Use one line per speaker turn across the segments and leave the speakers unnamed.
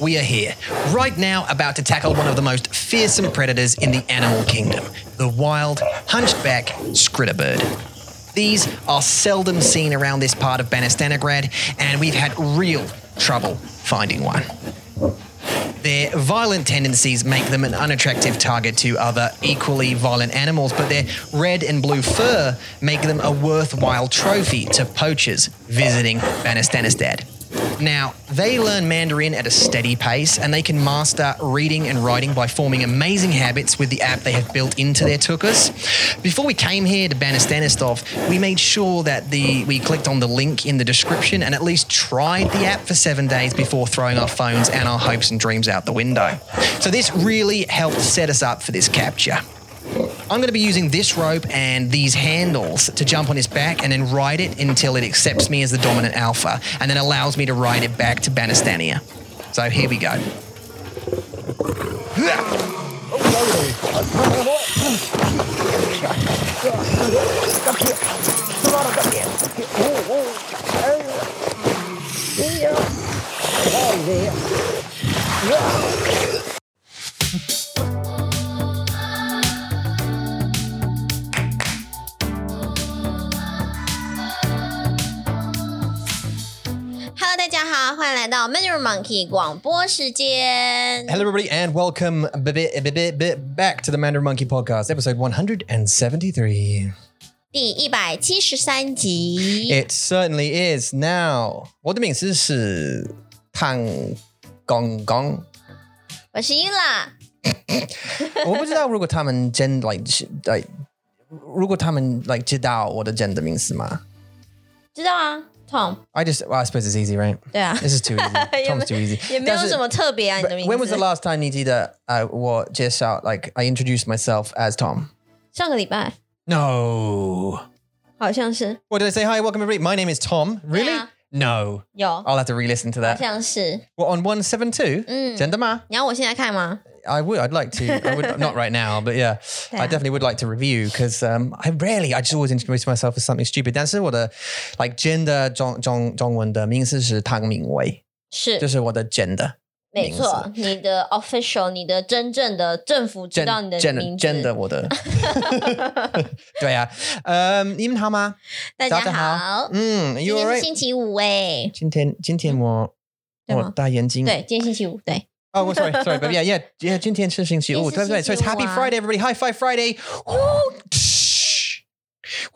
we are here, right now, about to tackle one of the most fearsome predators in the animal kingdom the wild, hunchback scritter bird. These are seldom seen around this part of Banastanagrad, and we've had real trouble finding one. Their violent tendencies make them an unattractive target to other equally violent animals, but their red and blue fur make them a worthwhile trophy to poachers visiting Banastanistad. Now, they learn Mandarin at a steady pace and they can master reading and writing by forming amazing habits with the app they have built into their tukas. Before we came here to Banastanistov, we made sure that the we clicked on the link in the description and at least tried the app for seven days before throwing our phones and our hopes and dreams out the window. So this really helped set us up for this capture. I'm going to be using this rope and these handles to jump on his back and then ride it until it accepts me as the dominant alpha and then allows me to ride it back to Banastania. So here we go.
Hello，大家好，欢迎来到 Manager Monkey 广播时间。
Hello, everybody, and welcome b- b- b- b- b- back to the Mandarin Monkey Podcast, episode 173.
第一百七十三集
It certainly is now. What do you mean? This is Tang Gong Gong.
我是伊拉。
我不知 道如果他们真 like 是 like，如果他们 like 知道我的真的名字吗
知道啊，Tom，
？I just well, I suppose it's easy, right?
对啊，
This is too easy.
也
Tom's
没
too easy.
也没有
但是
什么特别啊，你的
But
名
When was the
字。
last time 你记得呃我介绍 like I introduced myself as Tom?
上个礼拜
No.
好像是
What did I say? Hi, welcome everybody. My name is Tom. Really?
Yeah.
No.
有，
I'll have to re-listen to
好
that.
像是。
Well, on one seven two.
嗯
Jendama.
你要我现在看吗？
I would. I'd like to. I would not right now, but yeah,
Yeah.
I definitely would like to review because um, I rarely. I just always introduce myself as something stupid. 但是我的 like gender 中中中文的名字是汤明威，
是
这、，是我的 gender
没错，你的 official，你的真正的政府知
gen
道你的
gender
名
gender
字。
我 的。对啊，嗯，你们好吗？
大
早
家
上
好，
嗯，You Mm,
今天是
alright？
星期五哎，
今天今天我
对吗
我大眼睛。
对，今天星期五，对，
哦、我 Oh, sorry sorry but yeah yeah yeah，今天是星期五，
今
对不
天是
对？所以
星期五
Happy
啊
Friday everybody, High Five Friday.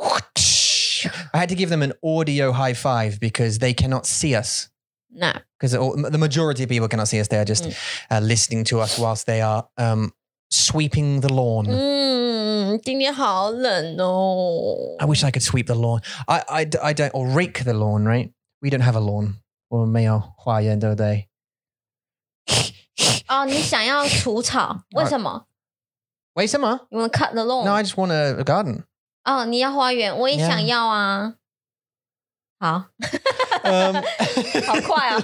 I had to give them an audio high five because they cannot see us.
那
Because the majority of people cannot see us. They are just
Mm.
uh, listening to us whilst they are um, sweeping the lawn.
Mm. 嗯，今天好冷哦。
I wish I could sweep the lawn. I, I, d- I don't, or rake the lawn, right? We don't have a lawn. Or male, day.
哦，你想要除草？为什么？
Wait, summer?
因为 cut the lawn。
No, I just want a, a garden.
哦，你要花园，我也
Yeah
想要啊。好，
Um,
好快 啊！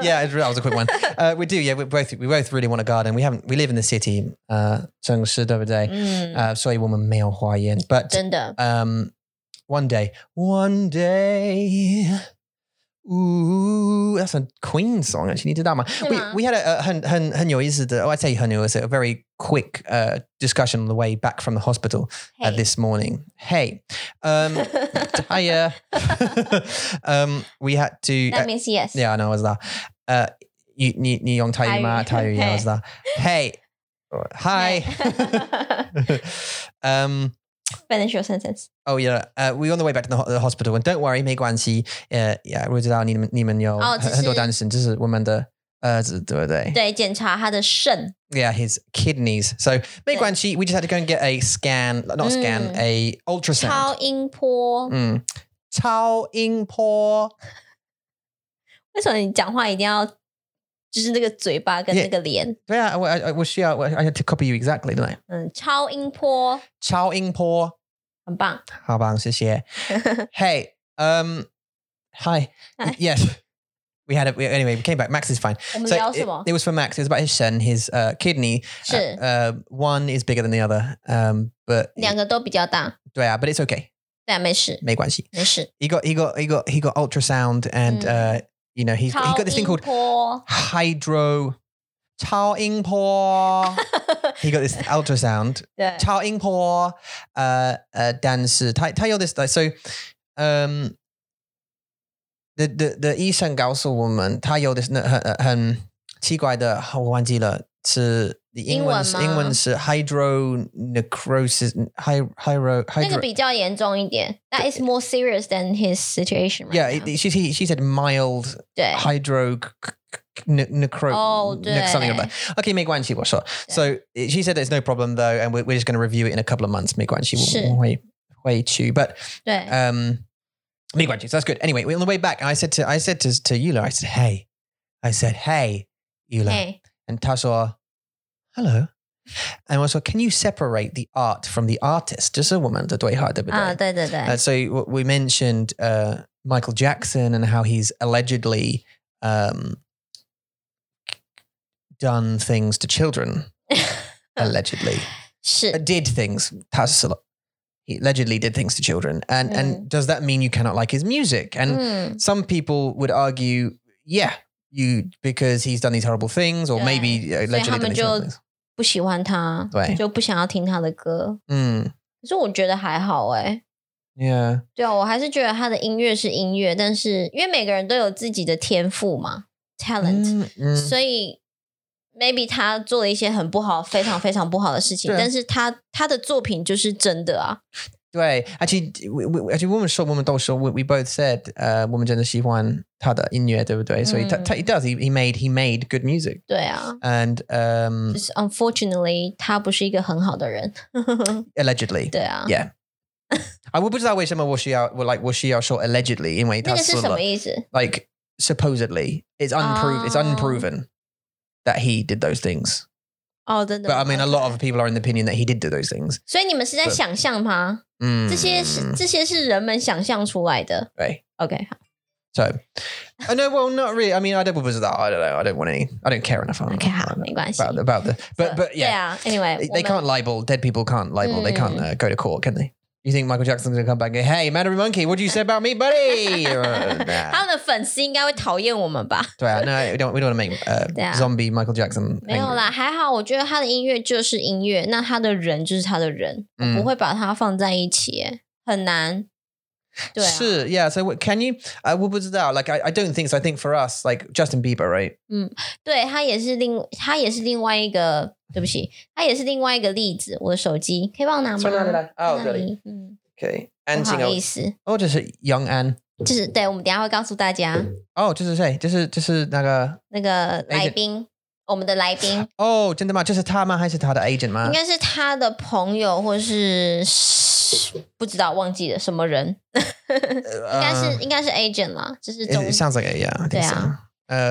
yeah, it- that was a quick one. Uh, we do, yeah. We both we both really want a garden. We haven't. We live in the city, uh, 城市，对不对？
嗯，
Uh, 所以我们没有花园。But
真的，
um, one day, one day. Ooh, that's a Queen song. Actually, 你知道吗？We
是吗？
we had a, a 很很很有意思的，oh, uh, I say 很有意思，a very quick uh, discussion on the way back from the hospital uh,
嘿
this morning. Hey, um, hiya. um, we had to. uh,
That means yes。
yeah, I know, I was that. Uh, you, you, you young Tayu Ma,
台
Tayu,
语。
yeah, I was that. Hey, Uh, hi. um,
Financial sentence。
oh yeah, uh, we were on the way back to the, ho- the hospital, and don't worry, 没关系. Uh, yeah, 我知道你们你们有
哦，
很-
只是-
uh, 很多担心，这是我们的儿子，对不对？
对，检查他的肾。
Yeah, his kidneys. So 没关系, we just had to go and get a scan, not a scan,
嗯。
a
超
ultrasound. Mm.
音波，
嗯，超音波。
为什么你讲话一定要就是那个嘴巴跟
Yeah
那个脸？
Yeah, I, I, I was yeah, I I had to copy you exactly, didn't I?
嗯，超音波
超音波。
很棒。
How about this year? hey, um, hi.
Hi.
Yes, we had it. We, anyway, we came back. Max is fine.
我们
So
聊什
it,
么
it？was for Max. It was about his son, his uh, kidney. Uh,
是
uh, one is bigger than the other. Um, but
两个都比较大，
yeah, but it's okay.
对啊，没事，
没关系.
没事。
He got he got he got he got ultrasound and
Mm.
uh, You know, he's, he's got this thing called
超音波
hydro. Tao Ying he got this ultrasound.
对
Tao Ying Po. Uh, uh, 但是他他有 this like so, um, the the the 医生告诉我们他有 this uh, um, oh, 很很奇怪的，
英文吗？
我忘记了是英文英文是 uh, hydronecrosis hydro
那个
hydro
比较严重一点。That is more serious than his situation. right
yeah
now.
it- she she she said mild
对
hydro ne- necro
哦，
ne-
对
something like that. Okay, 没关系，我说。So it- she said there's no problem though, and we're, we're just going to review it in a couple of months.
是。
没关系，我会会去。But
对
um, 没关系, so that's good. Anyway, we on the way back, I said to I said to to Eula, I said, hey, I said, hey, Eula,
嘿
and Tasha, hello. And also, can you separate the art from the artist? Just a woman, 这对话，对不对？
啊，对对对
Uh, so w- we mentioned uh, Michael Jackson and how he's allegedly um, done things to children. allegedly,
是
Uh, did things. That's a lot. He allegedly did things to children, and
Mm.
and does that mean you cannot like his music? And
嗯
some people would argue, yeah, you because he's done these horrible things, or
Yeah.
maybe
So
allegedly done these horrible
他们就-
things.
不喜欢他，
对
就不想要听他的歌。
Mm,
可是我觉得还好哎、
yeah.
对啊，我还是觉得他的音乐是音乐，但是因为每个人都有自己的天赋嘛，talent，、
Mm, mm.
所以 maybe 他做了一些很不好、非常非常不好的事情，
对啊
但是他他的作品就是真的啊，
对，actually，we- we- actually，我们说，我们都说，we we both said，呃，uh, 我们真的喜欢他的音乐，对不对？所以他
Mm.
他 he does he he made he made good music
对啊。
and um
就是 unfortunately，他不是一个很好的人。
allegedly，
对啊
Yeah 啊，我不知道为什么我需要我 like 我需要说 allegedly，因为
那
他
个是
死
什
了
么意思？
，like supposedly it's unproven it's
哦
unproven that he did those things，
哦，真的
but
吗。
I mean a lot of people are in the opinion that he did do those things，Mm.
所以你们是在
对
想象吗？
嗯，
这些是这些是人们想象出来的。
对。
OK，好
So, I know. Well, not really. I mean, I don't. What was that? I don't know. I don't want any. I don't care enough.
OK，好，没关系。
about the, about the. But but
对
yeah,
啊，Anyway，
they,
我
they
们
can't libel. Dead people can't libel. They can't uh, go to court, can they? You think Michael Jackson's gonna come back and go, "Hey, Madam Monkey, what do you say about me, buddy?" Uh, nah.
他们的粉丝应该会讨厌我们吧？
Right, no, we don't. We don't want to make uh,
Yeah.
zombie Michael Jackson.
没有
angry.
啦，还好，我觉得他的音乐就是音乐，那他的人就是他的人，
嗯
我不会把他放在一起耶，很难。对啊，
是 yeah. So what, can you? I what was that? Like I, I don't think so. I think for us, like Justin Bieber, right?
对他也是另，他也是另外一个，对不起，他也是另外一个例子。我的手机可以帮我拿吗？
来来来哦
在
这
那
里
里，嗯，
Okay.
不
And
好意思，
oh, just a young Anne.
就是对，我们等一下会告诉大家
Oh, just to say, just a, just a, 那个
那个来宾，我们的来宾
哦，真的吗？这是他吗？还是他的 agent 吗
应？该是他的朋友，或是不知道忘记了什么人， 应
应
该是应该是 agent 啦，就是中
It sounds like it, yeah. I think
对
so. Um，
啊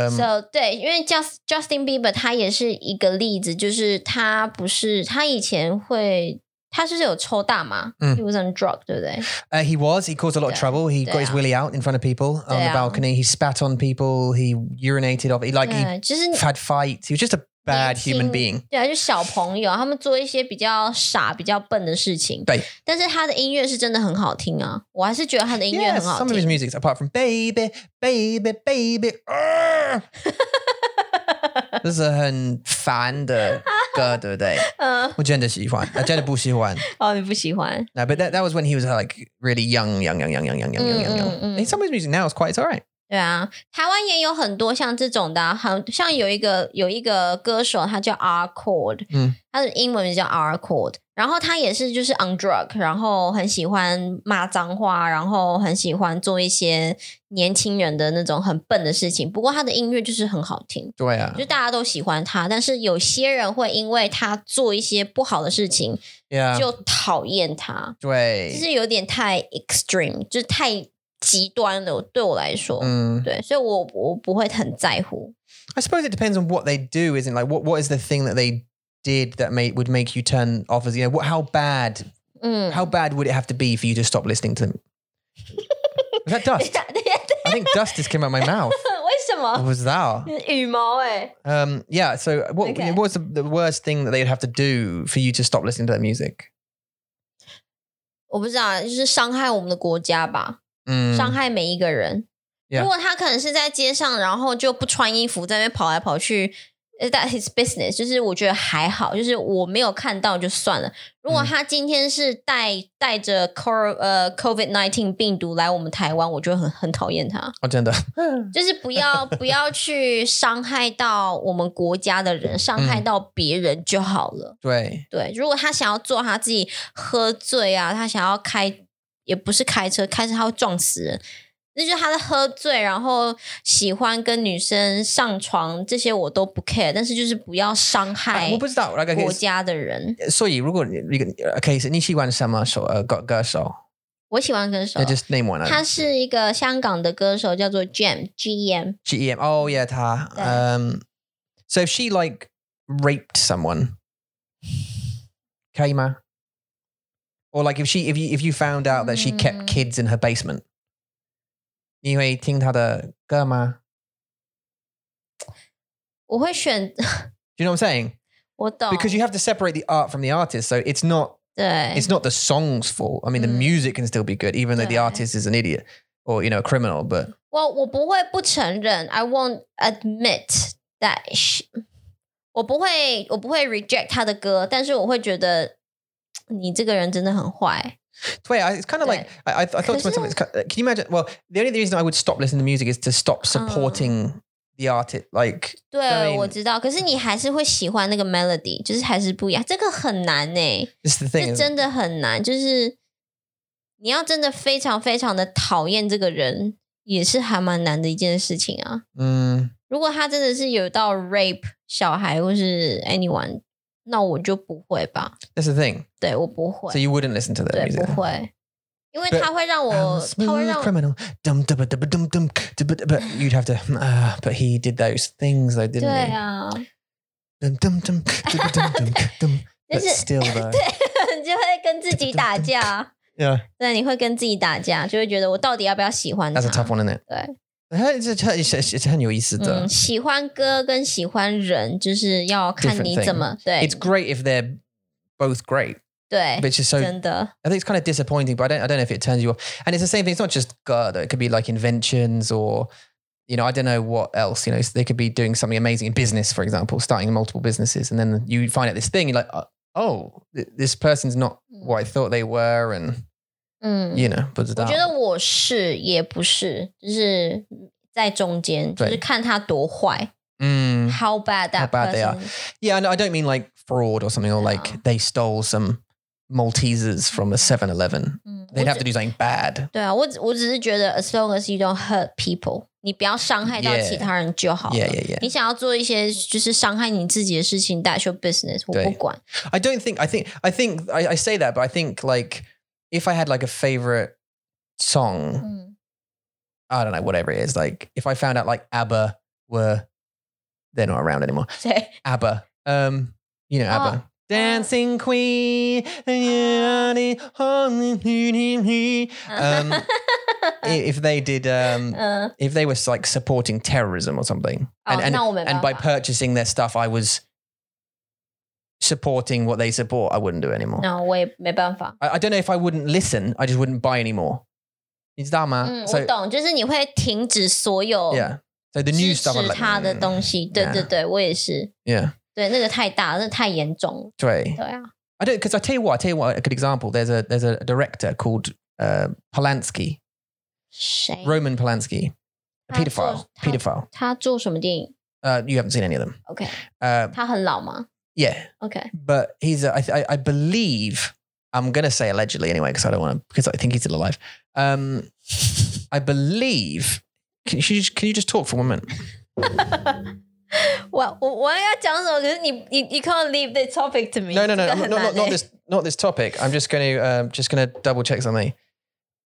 嗯
So 对，因为 Just Justin Bieber 他也是一个例子，就是他不是他以前会，他是不是有抽大麻，
嗯
，he was on drug，对不对？
uh, he was. He caused a lot of
对啊
trouble. He got his
对啊
willy out in front of people on the
对啊
balcony. He spat on people. He urinated off. He like
对，就是
he had fights. He was just a bad human
年轻
being.
对啊，就小朋友他们做一些比较傻、比较笨的事情，
对。
但是他的音乐是真的很好听啊，我还是觉得他的音乐
Yeah,
很好
some of his
听。
music, apart from "Baby, Baby, Baby"，啊 这是很烦的歌，对不对？
嗯，
我真的喜欢，我真的不喜欢。
哦，你不喜欢？
No, but that, that was when he was uh, like really young, young, young, young, young, young, young, young, young.
Mm, mm, mm.
And some of his music now is quite, it's all right.
对啊，台湾也有很多像这种的、啊，很像有一个有一个歌手，他叫 R Chord，
嗯，
他的英文名叫 R Chord，然后他也是就是 on drug，然后很喜欢骂脏话，然后很喜欢做一些年轻人的那种很笨的事情。不过他的音乐就是很好听，
对啊
就大家都喜欢他，但是有些人会因为他做一些不好的事情
，Yeah，
就讨厌他，就
啊对，
是有点太 extreme，就是太极端了。对我来说，
嗯
对，所以我我不会很在乎。
Mm. ，I suppose it depends on what they do, isn't it? like what what is the thing that they did that may would make you turn off as you know what how bad
嗯，
how bad would it have to be for you to stop listening to them? was that
等一
dust?
下，等一下，等
I think dust just came out my mouth.
一下为什
What
么？
was that?
羽毛哎、
Um, yeah. So what,
Okay.
what was the, the worst thing that they'd have to do for you to stop listening to that music?
啊我不知道，就是伤害我们的国家吧，
Mm.
伤害每一个人。
Yeah.
如果他可能是在街上，然后就不穿衣服在那边跑来跑去。呃 That his business，就是我觉得还好，就是我没有看到就算了。如果他今天是带带着 cor 呃 covid nineteen 病毒来我们台湾，我就很很讨厌他。
哦， 真的，
就是不要不要去伤害到我们国家的人，伤
嗯
害到别人就好了。
对，
对，如果他想要做他自己喝醉啊，他想要开也不是开车，开车他会撞死人。那就是他的喝醉，然后喜欢跟女生上床，这些我都不 care，但是就是不要伤
啊
害
我不知道那个
国家的人。
所以如果你一个 case，你喜欢什么手呃歌歌手？
我喜欢歌手
那，就是 name one
他是一个香港的歌手，叫做 Jam G M。
GM. Oh yeah, ta.
Yeah.
Um, so if she like raped someone, Kaima, or like if she if you if you found out that she kept
Mm.
kids in her basement, 你会听她的歌吗？
我会选，
Do you know what I'm saying?
我懂
Because you have to separate the art from the artist. So it's not
对
it's not the song's fault. I mean, the
Mm.
music can still be good, even though the
Yeah.
artist is an idiot or you know a criminal. But
我我不会不承认，I won't admit that she, 我不会我不会 reject 他的歌，但是我会觉得你这个人真的很坏。
wait, I- it's kind of
Yeah.
like I, I, I thought to
Because-
myself, it's, ki- can you imagine? Well, the only reason I would stop listening to music is to stop supporting the artist. Like,
对
I mean-
我知道，可是你还是会喜欢那个 melody，就是还是不一样。这个很难呢、
this is the
这
thing.
真的很难，就是你要真的非常非常的讨厌这个人，也是还蛮难的一件事情啊。
Mm,
如果他真的是有到 rape 小孩或是 anyone，那我就不会吧。
that's the thing.
对我不会
So，you wouldn't listen to that
对
music.
不会，因为
But-
他会让
I'm
我，
smooth
他会让我
criminal. Dum dum dum dum dum. But you'd have to. Uh, but he did those things, though,
对
didn't he?
啊，
Dum dum dum dum dum dum dum.
就
But
是
still, though.
对，你就会跟自己打架，
Yeah,
对，你会跟自己打架，就会觉得我到底要不要喜欢
that's a
他
tough？one, isn't it?
对，
它是它是是是很有意思的。
嗯，喜欢歌跟喜欢人，就是要看
Different
你
thing
怎么对
It's great if they're both great,
对
but，it's just so
真的
I think it's kind of disappointing, but I don't, I don't know if it turns you off. And it's the same thing. It's not just God. It could be like inventions or, you know, I don't know what else. You know, they could be doing something amazing in business, for example, starting multiple businesses. And then you find out this thing, you're like, uh, oh, th- this person's not what I thought they were. And,
嗯，
Mm. you know, but
我觉得我是也不是，就是在中间，就
对
是看他多坏
Mm.
，how bad
How
that
bad they are
person
Yeah, and I don't mean like fraud or something or
Yeah.
like they stole some Maltesers from a 7 Eleven.
嗯，我
They'd have to
只
do something bad.
对啊，我只我只是觉得，as long as you don't hurt people，你不要伤害到
Yeah.
其他人就好了。
Yeah, yeah, yeah.
你想要做一些就是伤害你自己的事情，that's your business，我
对
不管。
I don't think I think I think I, I say that, but I think like if I had like a favorite song,
嗯
I don't know, whatever it is, like if I found out like ABBA were they're not around anymore.
对
ABBA. Um, you know,
Ah.
ABBA. Dancing Queen. Um, i- if they did um
嗯
if they were like supporting terrorism or something, and
Oh,
and,
no, we're
and by
about that.
purchasing their stuff, I was supporting what they support. I wouldn't do it anymore.
那我也没办法。
I, I don't know if I wouldn't listen. I just wouldn't buy anymore. Is that
嗯，
man?
我
So
懂，就是你会停止所有
yeah. So the
支
new stuff. I'm
持
like,
他的
mm,
东西。对
yeah
对对，我也是。
Yeah.
对，那个太大，那太严重了。
Dre.
对啊，
I don't because I tell you what. I tell you what. A good example. There's a there's a director called uh, Polanski,
谁？
Roman Polanski, a
How
pedophile,
tall- how-
pedophile.
他做什么电影
Uh, you haven't seen any of them.
？OK，
Uh,
他很老吗
yeah.
？OK，
but he's a, I, th- I- I believe I'm gonna say allegedly anyway because I don't want to because I think he's still alive. Um, I believe. Can you just- can you just talk for one minute?
我我我要讲什么？可是你你你 can't leave the topic to me。
No, no, no,
这个
no,
很
not,
难
not, not
欸
this not this topic. I'm just gonna um, just gonna double check something.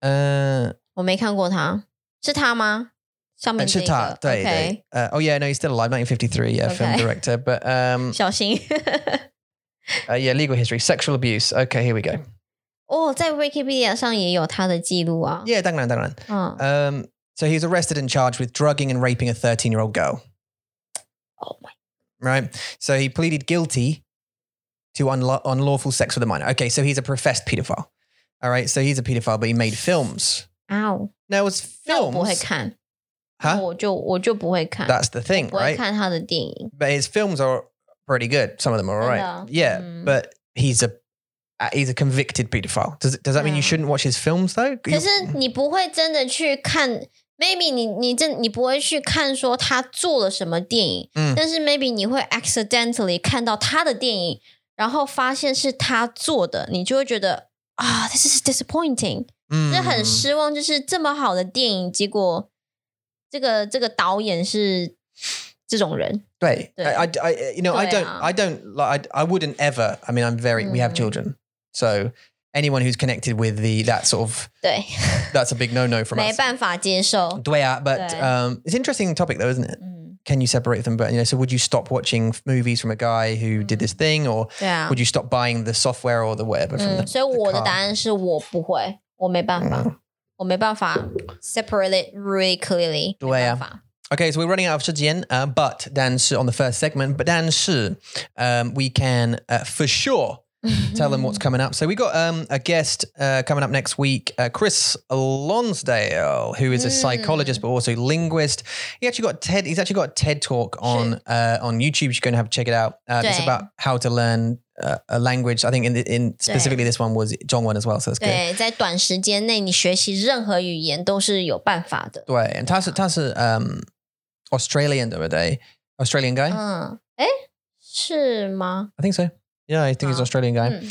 Uh,
我没看过他，是他吗？上
哎
面这
Chita,
个
Dai, Dai.
OK，
uh, oh yeah, no, he's still alive. 1953, yeah, film
Okay.
director. But um,
小心
uh, yeah, legal history, sexual abuse. Okay, here we go.
哦，在 Wikipedia 上也有他的记录啊。
Yeah, dang, dang, dang.
嗯
Um, so he was arrested and charged with drugging and raping a 13 year old girl.
Oh my-
Right. So he pleaded guilty to unla- unlawful sex with a minor. Okay. So he's a professed pedophile. All right. So he's a pedophile, but he made films.
啊哦，
Now, was
那我不会
films.
看。
Huh?
我就我就不会看，
That's the thing,
不会
right?
看他的电影。
But his films are pretty good. Some of them are alright.
They are.
Yeah,
Mm.
but he's a uh, he's a convicted paedophile. Does it- does that mean you
Yeah.
shouldn't watch his films though?
可
You-
是你不会真的去看，maybe 你你真你不会去看说他做了什么电影，
嗯
但是 maybe 你会 accidentally 看到他的电影，然后发现是他做的，你就会觉得啊，this is disappointing，
Mm.
就是很失望，就是这么好的电影，结果这个这个导演是这种人，
Right.
Do
I, I- I- you know, I
Do
don't,
it.
I don't, like, I, I wouldn't ever. I mean, I'm very. We have
Mm.
children, so anyone who's connected with the that sort of
对，
that's a big no-no from
没
us.
办法接受，
Yeah, but
Do it.
um, it's an interesting topic though, isn't it?
嗯，
Can you separate them? But you know, so would you stop watching f- movies from a guy who
Mm.
did this thing, or
对啊
would，you stop buying the software or the whatever from
嗯，
the?
所以我的
car
答案是我不会，我没办法。我没办法 separate it really clearly。
对啊
没办法
Okay, so we're running out of Shijian, uh, but Dan Shi on the first segment, but Dan Shi, um, we can uh, for sure tell them what's coming up. So we got um, a guest uh, coming up next week, uh, Chris Lonsdale, who is a
Mm.
psychologist but also linguist. He actually got TED. He's actually got a TED talk on uh, on YouTube. You should go and have check it out. Uh, it's
Right.
about how to learn uh, a language. I think in in specifically this one was Zhongwen as well. So that's good.
对，在短时间内你学习任何语言都是有办法的。
对, and that's that's um, Australian the other day. Australian guy,
嗯，哎，是吗？
I think so. Yeah, I think he's
Ah.
Australian guy.
嗯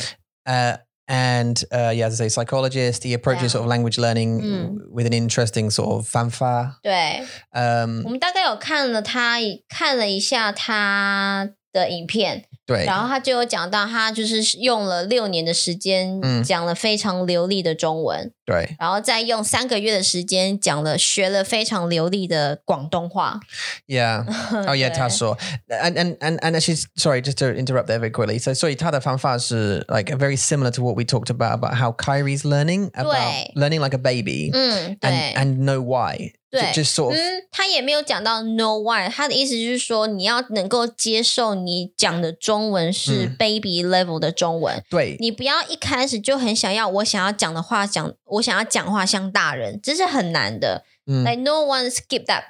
Uh, and uh, yeah, as I say, psychologist. He approaches
Yeah.
sort of language learning
Mm.
with an interesting sort of fanfare.
对，我
Um,
们大概有看了他看了一下他的影片，
对，
然后他就有讲到他就是用了六年的时间
嗯
讲了非常流利的中文，
对，
然后再用三个月的时间讲了学了非常流利的广东话。
yeah. Oh yeah,
对
他说 and and and and actually, sorry, just to interrupt there very quickly. So, sorry, 他的方法 is like very similar to what we talked about about how Kyrie's learning about
对。
learning like a baby
嗯，对。
and and know why. Ju-
对
just sort of
嗯，他也没有讲到 no one，他的意思就是说你要能够接受你讲的中文是
嗯
baby level 的中文，
对
你不要一开始就很想要我想要讲的话讲，我想要讲话像大人，这是很难的。
嗯
Like no one skip that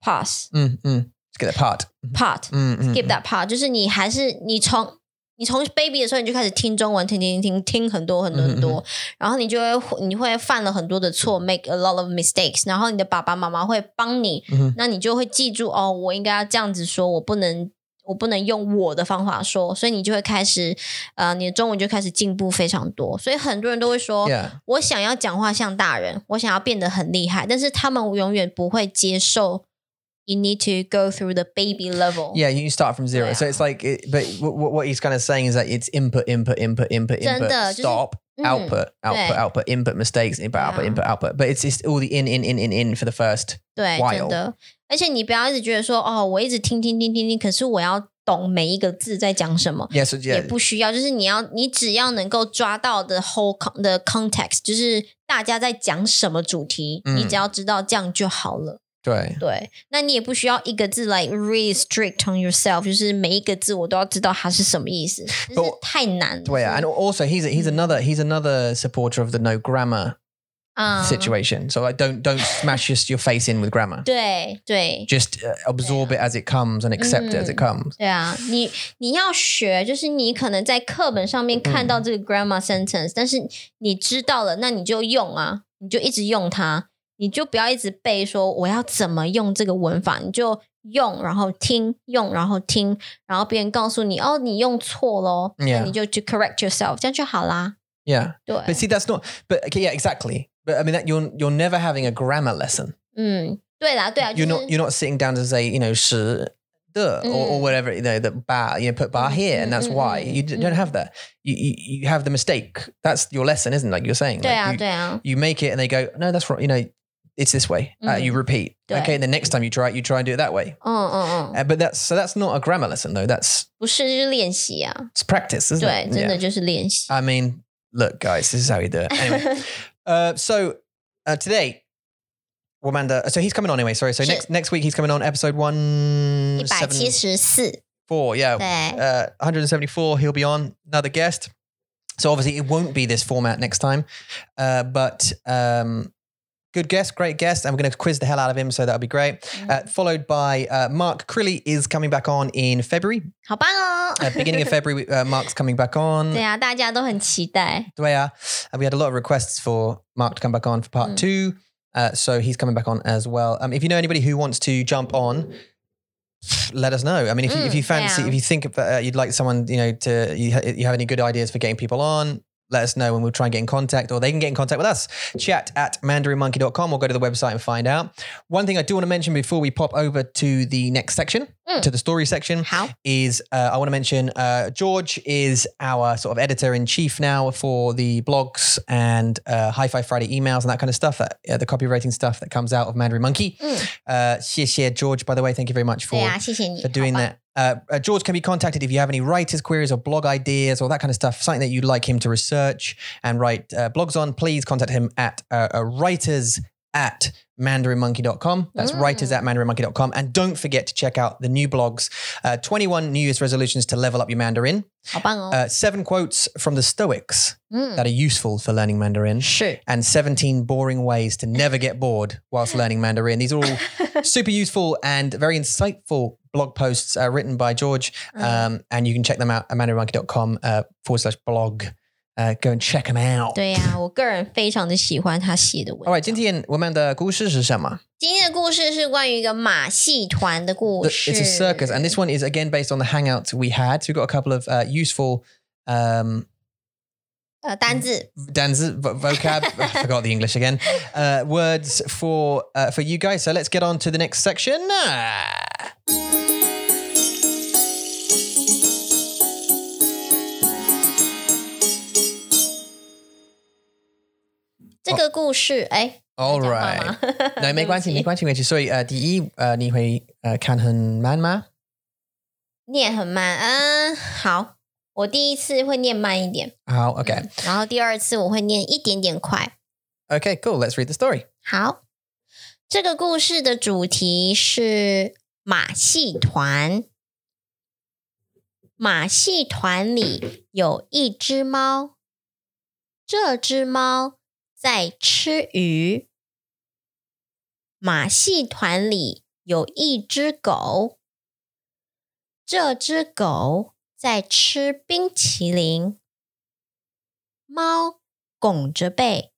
pass
嗯嗯，let's Mm, get that part Mm,
part
嗯嗯
skip that part，就是你还是你从。你从 baby 的时候你就开始听中文，听听听听很多很多很
嗯
多，然后你就会你会犯了很多的错，make a lot of mistakes，然后你的爸爸妈妈会帮你
嗯哼
那你就会记住哦，我应该要这样子说，我不能我不能用我的方法说，所以你就会开始呃，你的中文就开始进步非常多。所以很多人都会说
yeah
我想要讲话像大人，我想要变得很厉害，但是他们永远不会接受。You need to go through the baby level。
Yeah, you start from zero. So
Yeah.
it's like, it, but what, what he's kind of saying is that it's input, input, input, input,
真
input,
的，
Mm.
就是-
stop,
嗯
output, output,
对。
output, input, mistakes, input, output,
Yeah.
input, output. But it's just all the in, in, in, in, in for the first.
对
wild
真的。而且你不要一直觉得说哦，我一直听听听听听，可是我要懂每一个字在讲什么。
Yeah, so
也
yeah,
不需要，就是你要你只要能够抓到的 whole con 的 context，就是大家在讲什么主题，
嗯
你只要知道这样就好了。
对
对，那你也不需要一个字来 really strict on yourself，就是每一个字我都要知道它是什么意思，
But-
就是太难了。
yeah. And also, he's he's another he's another supporter of the no grammar Uh.
啊
situation. So like, don't don't smash just your face in with grammar.
对对
Just uh, absorb it as it comes and accept it as it comes.
对啊，你你要学，就是你可能在课本上面看
嗯
到这个 grammar sentence，、但是你知道了，那你就用啊，你就一直用它，你就不要一直背说我要怎么用这个文法，你就用，然后听，用，然后听，然后别人告诉你哦，你用错咯，那
Yeah.
你就去 correct yourself，这样就好啦。
Yeah,
对，
but see, that's not. But okay, yeah, exactly. But I mean, that you're you're never having a grammar lesson.
嗯，对啦，对啊，就
you're
是
not you're not sitting down to say you know shi the or, or
Mm.
whatever you know that bar you know put bar
Mm,
here and
mm,
that's
mm,
why
mm,
you d-
mm.
don't have that you, you you have the mistake that's your lesson isn't it? like you're saying
对
Like,
啊，
you,
对啊，
you make it and they go no that's wrong you know it's this way uh,
Mm.
you repeat
Yeah.
okay and the next time you try it you try and do it that way
嗯嗯嗯，
uh, but that's so that's not a grammar lesson though that's
不是就是练习啊，
it's practice isn't
对，
it
真
Yeah.
的就是练习。
I mean look guys this is how you do it anyway uh, so uh, today Wamanda, so he's coming on anyway. Sorry, so
Shit.
next next week he's coming on episode one
一百七十四，
four, yeah,
对，
uh, 174. He'll be on another guest. So obviously it won't be this format next time, uh, but um, Good guess, great guess. And we're going to quiz the hell out of him, so that'll be great.
嗯 Mm-hmm.
Uh, followed by uh, Mark Crilly is coming back on in February.
好棒哦！
Uh, beginning of February, uh, Mark's coming back on.
对啊，大家都很期待。
Dwyer. And we had a lot of requests for Mark to come back on for part
Mm.
two. Uh, so he's coming back on as well. Um, if you know anybody who wants to jump on, let us know. I mean, if, you, if
Mm,
you fancy,
yeah.
if you think of, uh, you'd like someone, you know, to you, ha- you have any good ideas for getting people on, let us know and we'll try and get in contact or they can get in contact with us. Chat at mandarinmonkey.com or go to the website and find out. One thing I do want to mention before we pop over to the next section,
Mm.
to the story section,
好，
is uh, I want to mention uh, George is our sort of editor in chief now for the blogs and uh, Hi Fi Friday emails and that kind of stuff, that, uh, the copywriting stuff that comes out of Mandarin Monkey.
嗯，
Uh, 谢谢 George, by the way, thank you very much
对
for
啊，谢谢你
for doing
好棒
that. Uh, uh, George can be contacted if you have any writers' queries or blog ideas or that kind of stuff, something that you'd like him to research and write uh, blogs on, please contact him at uh, uh, writers at mandarinmonkey.com. That's
Mm.
writers at mandarinmonkey.com. And don't forget to check out the new blogs uh, 21 New Year's Resolutions to Level Up Your Mandarin,
好棒哦。
uh, seven quotes from the Stoics
嗯，
that are useful for learning Mandarin
是
and 17 boring ways to never get bored whilst learning Mandarin. These are all super useful and very insightful blog posts uh, written by George. Um, and you can check them out at mandarinmonkey.com uh, forward slash blog. Uh, go and check them out.
对呀、我个人非常的喜欢他写的文
All
章。
right, 今天我们的故事是什么？
今天的故事是关于一个马戏团的故
The-
事。
it's a circus, and this one is again based on the hangouts we had. So we've got a couple of uh, useful um,
呃单字，
嗯 dances, uh, vo- vocab. I forgot the English again. Uh, words for uh, for you guys. So let's get on to the next section. Ah.
这个故事哎
Oh， All
讲话
right.
吗
No，没 关系，没
系，
关系，没关系。所以呃，第一呃，你会呃看很慢吗？
念很慢。嗯，好，我第一次会念慢一点，
好，OK，OK，cool、
然后第二次我会念一点点快。
okay, cool. Let's read the story.
好，这个故事的主题是马戏团。马戏团里有一只猫，这只猫在吃鱼。马戏团里有一只狗，这只狗在吃冰淇淋。猫拱着背，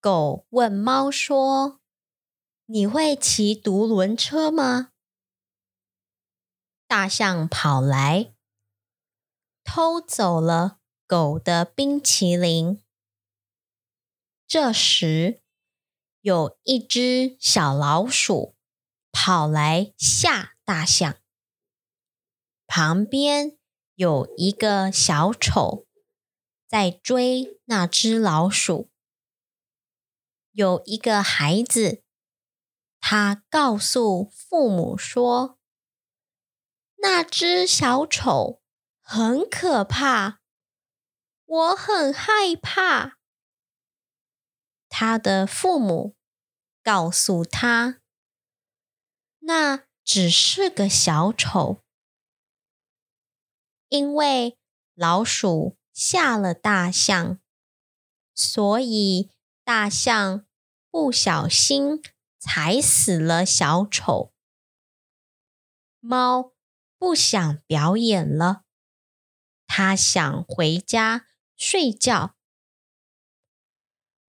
狗问猫说：“你会骑独轮车吗？”大象跑来，偷走了狗的冰淇淋。这时，有一只小老鼠跑来吓大象，旁边有一个小丑在追那只老鼠。有一个孩子，他告诉父母说：“那只小丑很可怕，我很害怕。”他的父母告诉他：“那只是个小丑，因为老鼠吓了大象，所以。”大象不小心踩死了小丑。猫不想表演了，它想回家睡觉。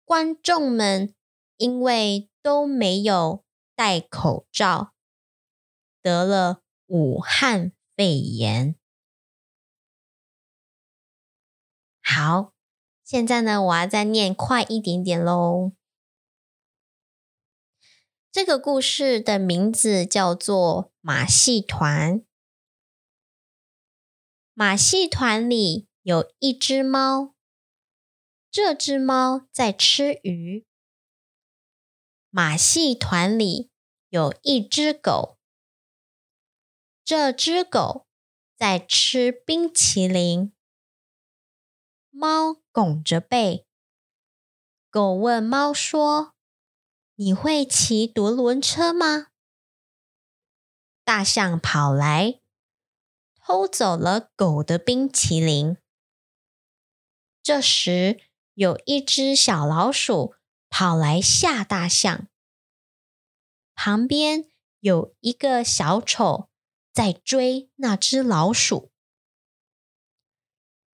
观众们因为都没有戴口罩，得了武汉肺炎。好，现在呢，我要再念快一点点喽。这个故事的名字叫做《马戏团》。马戏团里有一只猫，这只猫在吃鱼。马戏团里有一只狗，这只狗在吃冰淇淋。猫拱着背。狗问猫说：“你会骑独轮车吗？”大象跑来，偷走了狗的冰淇淋。这时，有一只小老鼠跑来吓大象。旁边有一个小丑在追那只老鼠。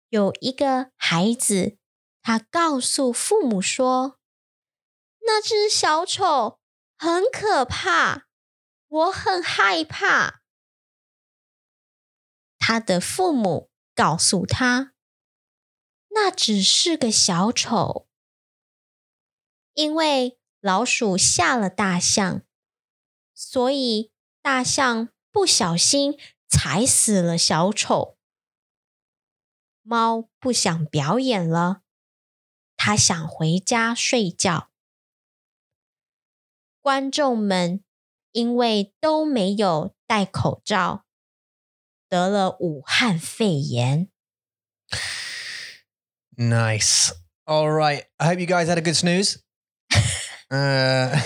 有一个孩子，他告诉父母说：“那只小丑很可怕，我很害怕。”他的父母告诉他：“那只是个小丑，因为老鼠吓了大象，所以大象不小心踩死了小丑。猫不想表演了，它想回家睡觉。观众们因为都没有戴口罩。”得了武汉肺炎。
Nice. All right. I hope you guys had a good snooze. uh, no,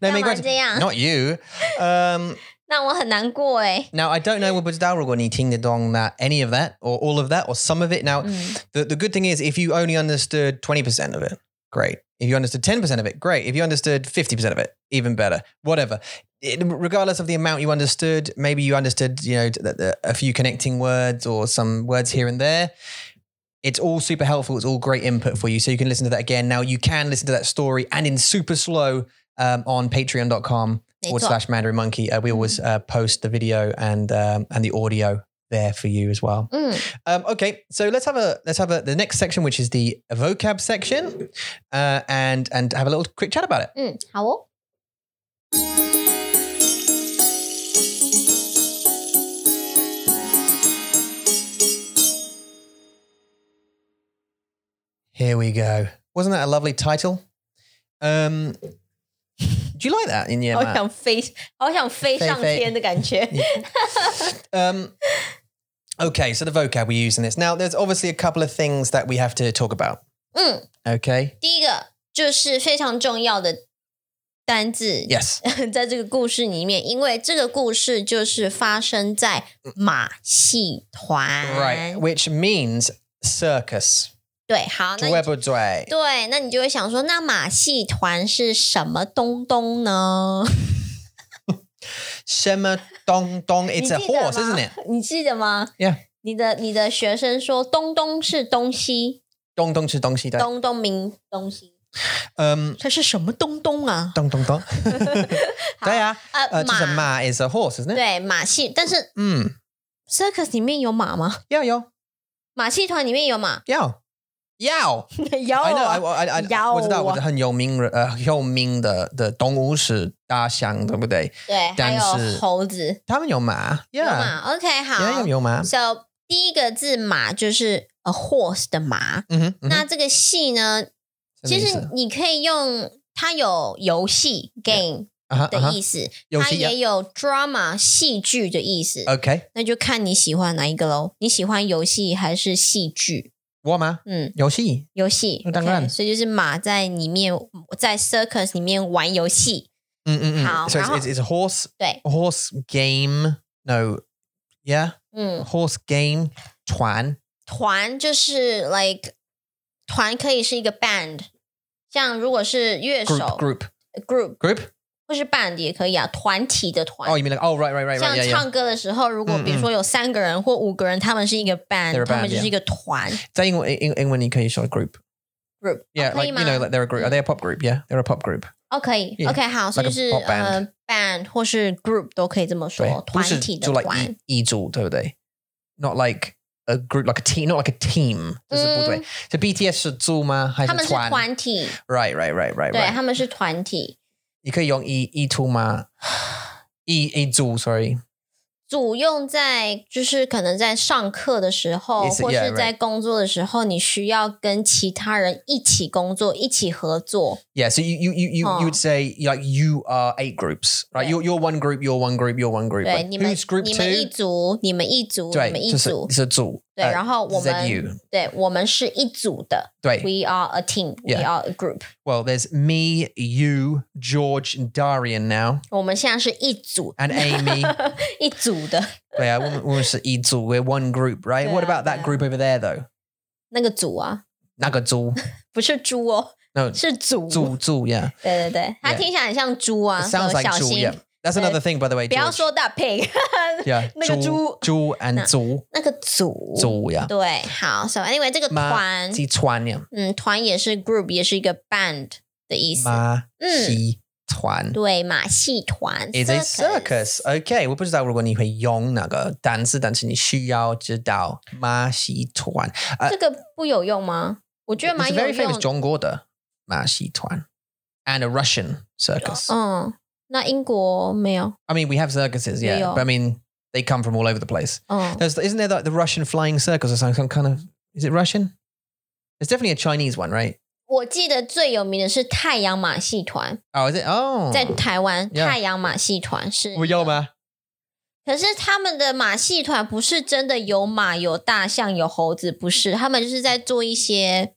干嘛
没关系。
这样？
Not you. Um,
让我很难过哎。
now, I don't know what that, any of that, or all of that, or some of it. Now,
嗯
the, the good thing is if you only understood 20% of it, great. If you understood 10% of it, great. If you understood 50% of it, even better. Whatever. It- regardless of the amount you understood, maybe you understood, you know, th- th- a few connecting words or some words here and there. It's all super helpful. It's all great input for you. So you can listen to that again. Now you can listen to that story and in super slow um, on patreon.com
没
forward
错，
slash mandarin monkey. Uh, we always uh, post the video and, um, and the audio there for you as well.
嗯，
Um, okay, so let's have a let's have a the next section, which is the vocab section, uh, and and have a little quick chat about it.
嗯，好哦。
Here we go. Wasn't that a lovely title? Um, do you like that in your
好
Matt?
想飞，好想飞
飞
上
飞
天的感 觉。
Um, okay, so the vocab we use in this now. There's obviously a couple of things that we have to talk about.
嗯，
Okay.
第一个就是非常重要的单字
Yes.
在这个故事里面，因为这个故事就是发生在马戏团。
Right. Which means circus.
对，好，那你
Dwebodwe.
对，那你就会想说，那马戏团是什么东东呢？
Shema dong dong. It's a
你记得
horse,
吗
isn't it?
你记得吗
Yeah.
你的你的学生说东东是东西，
Dong dong 是东西的。
东东名东西，
Um.
它是什么东东啊？
Dong dong dong. 对啊。Uh,
呃，
just a
马
ma is a horse, isn't it?
对马戏，但是
Mm.
circus 里面有马吗？
Yow, yow,，
马戏团里面有马
yow. Yow.
有
I know.
啊
I, I, I,
腰啊。
我知道我的很有名的呃有名的的动物是大象，对不对？他们有马。但
对，还有
是
猴子，有
Yeah.
马。OK，好
Yeah, 有马。
，so 第一个字马就是 a horse 的马，
嗯哼，
那这个戏呢，其实你可以用它有游戏 game 的意思，
啊游
它
戏呃呀
也有 drama 戏剧的意思。
Okay.
那就看你喜欢哪一个喽。你喜欢游戏还是戏剧？嗯，游戏。
那当然
OK，所以就是马在里面，在 circus 里面玩游戏。好，
So it's,
然后-
it's, it's a horse
对，
horse game. No. Yeah.
嗯，
Horse game. 团。
团就是 like 团可以是一个 band，像如果是乐
Group.
手
Group.
group
Group.
或是 band 也可以啊，团体的团。
Oh, you mean like oh right right right
像
right yeah yeah.
唱歌的时候，如果
嗯
比如说有三个人或五个人，他们是一个
They're
band，
a
他们
band，
就是一个团
在英文英英文你可以说 group。
group。
Yeah,
可
like
以
you
吗
know, like they're a group. Are they a pop group? Yeah, they're a pop group.
哦，可以
Yeah,
，OK，好，所以
like a
就是
pop band
呃，band 或是 group 都可以这么说，
对，
团体的
就 like
团
E 组，对不对？Not like a group, like a team, not like a team，
嗯
这是不对。So BTS 是组吗？还是
他们是团体，
？Right, right, right, right,
对，
right.
他们是团体，
你可以用 E E 组吗？E E 组，sorry。
主用在就是可能在上课的时候，
It's-
或
yeah,
是在工作的时候，你需要跟其他人一起工作，一起合作，
Yeah, so you you you you, you would say like you are eight groups, right?
对。
You're you're one group, you're one group, you're one group.
对，
Like,
你们
who's group
你们一
two？
组，你们一组，你们一
对，就是
组，
是组。
对，
呃，
然后我
is that
们
you？
对，我们是一组的
对。
，We are a team，We
Yeah.
are a group，
Well, there's me, you, George, and Darian now,
我们现在是一组
and Amy.
一组的
yeah, woman, woman Eatsel. We're one group, right? What
Yeah,
about that
yeah.
group over there though?
那个组啊，
Nagadul.
不是猪哦，
No,
是猪，
Zhu Zhu, yeah.
对对对，它
Yeah.
听起来很像猪啊
It sounds
什么
like
小
Zhu,
心
yeah. That's another thing, by the way.
不要
George.
说大 pig，
yeah,
那个猪
Zhu and Zhu,
那个组
Zhu, yeah.
对，好，so anyway 这个
Ma,
团，
Ji Chuan, yeah.
嗯，团也是 group，也是一个 band 的意思，
Ma,
嗯。
Ji Chuan
对，马戏团
is a circus. OK，我不知道如果你会用那个单词，但是你需要知道马戏团。呃
这个不有用吗？我觉得
It was
蛮
a
有
very famous
用的。
中国的马戏团 and a Russian circus.
嗯，那英国没有，
I mean, we have circuses, yeah,
Yeah.
but I mean, they come from all over the place.
嗯，
There's, isn't there like the Russian flying circus or some, some kind of? Is it Russian? There's definitely a Chinese one, right?
我记得最有名的是太阳马戏团，
Oh, is it? Oh,
在台湾
Yeah
太阳马戏团是，
我有吗？
可是他们的马戏团不是真的有马、有大象、有猴子，不是，他们就是在做一些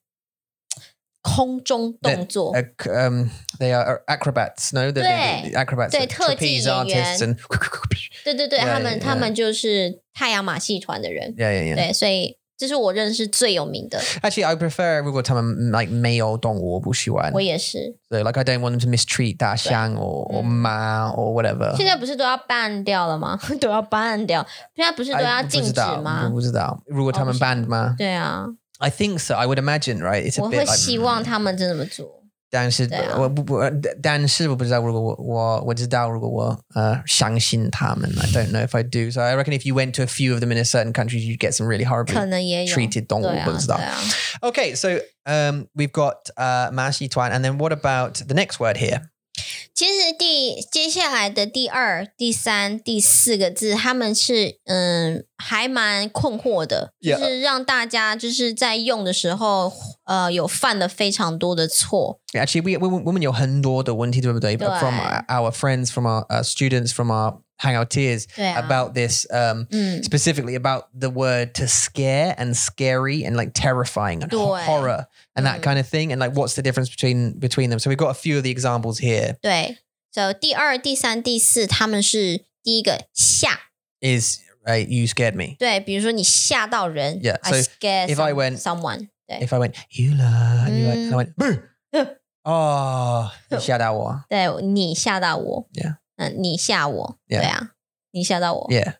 空中动作，
Ac- um, they are acrobats. No, they're, they're-
Yeah.
they're acrobats.
Yeah,
like trapeze
特技演员。
artists and
对对对，
Yeah,
他们
yeah,
他们就是太阳马戏团的人，
yeah, yeah, yeah.
对，所以这是我认识最有名的，
Actually, I prefer 如果他们 um, like 没有动物，我不喜欢。
我也是。
So like I don't want them to mistreat 大象 or or 马 or whatever.
现在不是都要办掉了吗？ 都要办掉，现在不是
哎
都要禁止吗？
不知道，不知道。如果他们
哦，不行。
banned 吗？
对啊，
I think so. I would imagine, right? It's a
我
bit
会
like-
希望他们真的这么做。
但是
对啊。
我不不，呃但是我不知道，如果我我我知道，如果我呃相信他们，I don't know if I do. So I reckon if you went to a few of them in a certain country, you'd get some really
可
horrible
能也有
treated 动物，
对啊，
不知道
对。啊。
Okay, so um, we've got uh, 马戏团, and then what about the next word here?
其实第接下来的第二、第三、第四个字，他们是嗯，还蛮困惑的
Yeah
就是让大家就是在用的时候，呃，有犯了非常多的错。
Actually, we we women 有很多的问题，对不对？
对。
From our friends, from our uh, students, from our hangouteers
对啊
about this. Um,
嗯，
specifically about the word to scare and scary and like terrifying and ho-
Doi.
horror and that
Mm.
kind of thing and like what's the difference between between them so we've got a few of the examples here
对。所、so, 以第二、第三、第四，他们是第一个吓，
is right you scared me
对，比如说你吓到人
Yeah,
I
so
scare
if I
some-
went-
someone，对
if i went you la and you like,
Mm.
and i went boo oh you shout out what
对，你吓到我
Yeah
嗯，你吓我
Yeah
对啊，你吓到我
yeah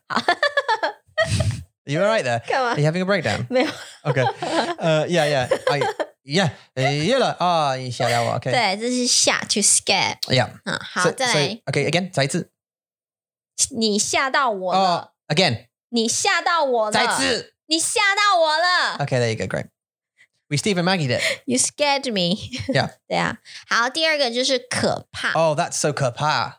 you all right there
干
are
嘛
you？having a breakdown
没有，
okay uh yeah yeah i yeah uh, you la ah you shout out what okay
对，这是吓去 scare，
yeah
嗯，好，
so,
再
so
来，
okay again 再一次
你吓到我了
oh again
你吓到我了，
再一次呃
你吓到我了
Okay, there you go. Great. We Stephen Maggie did.
，You scared me，
Yeah
对啊，好，第二个就是可怕，
Oh, that's so kerpa.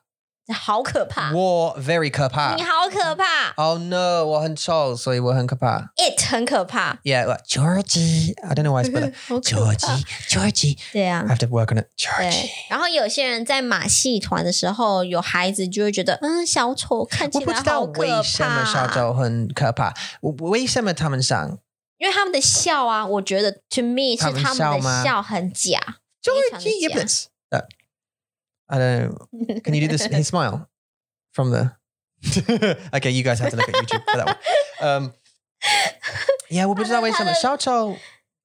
好可怕
War very
你
kerpa.
好可怕
Oh no, 我很丑，所以我很可怕。
，It 很可怕，
Yeah, like, Georgie. I don't know why I spelled it.
好可怕
Georgie, Georgie.
对
I
啊。
have to work on it.
对
Georgie.，
然后有些人在马戏团的时候，有孩子就会觉得，嗯，小丑看起来好可怕，
我不知道为什么小丑很可怕。我为什么他们想？Georgie
因为他们的笑啊，我觉得 to me 是
他们
他们
笑
的
吗
笑很假，非常地假。
Giblets. Uh, I don't know. Can you do this? His smile from the. okay, you guys have to look at YouTube for that one. Um, yeah, 我不知道为什么小丑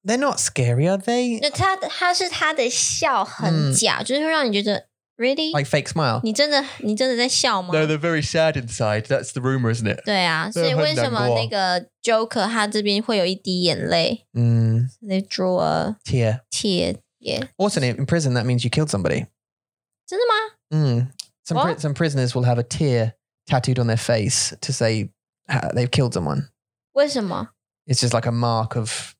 they're not scary, are they?
那他的他是他的笑很假，就是会让你觉得 really，、
嗯 Like fake smile.
你真的你真的在笑吗？
No, they're very sad inside. That's the rumor, isn't it?
对啊，所以
很
为什么
难过
那个 Joker 他这边会有一滴眼泪
Mm,
？They draw a
tear.
tear，yeah.
Also, in, in prison, that means you killed somebody.
真的吗？
Mm. Some pri-
What?
some prisoners will have a tear tattooed on their face to say uh, they've killed someone.
为什么？
It's just like a mark of,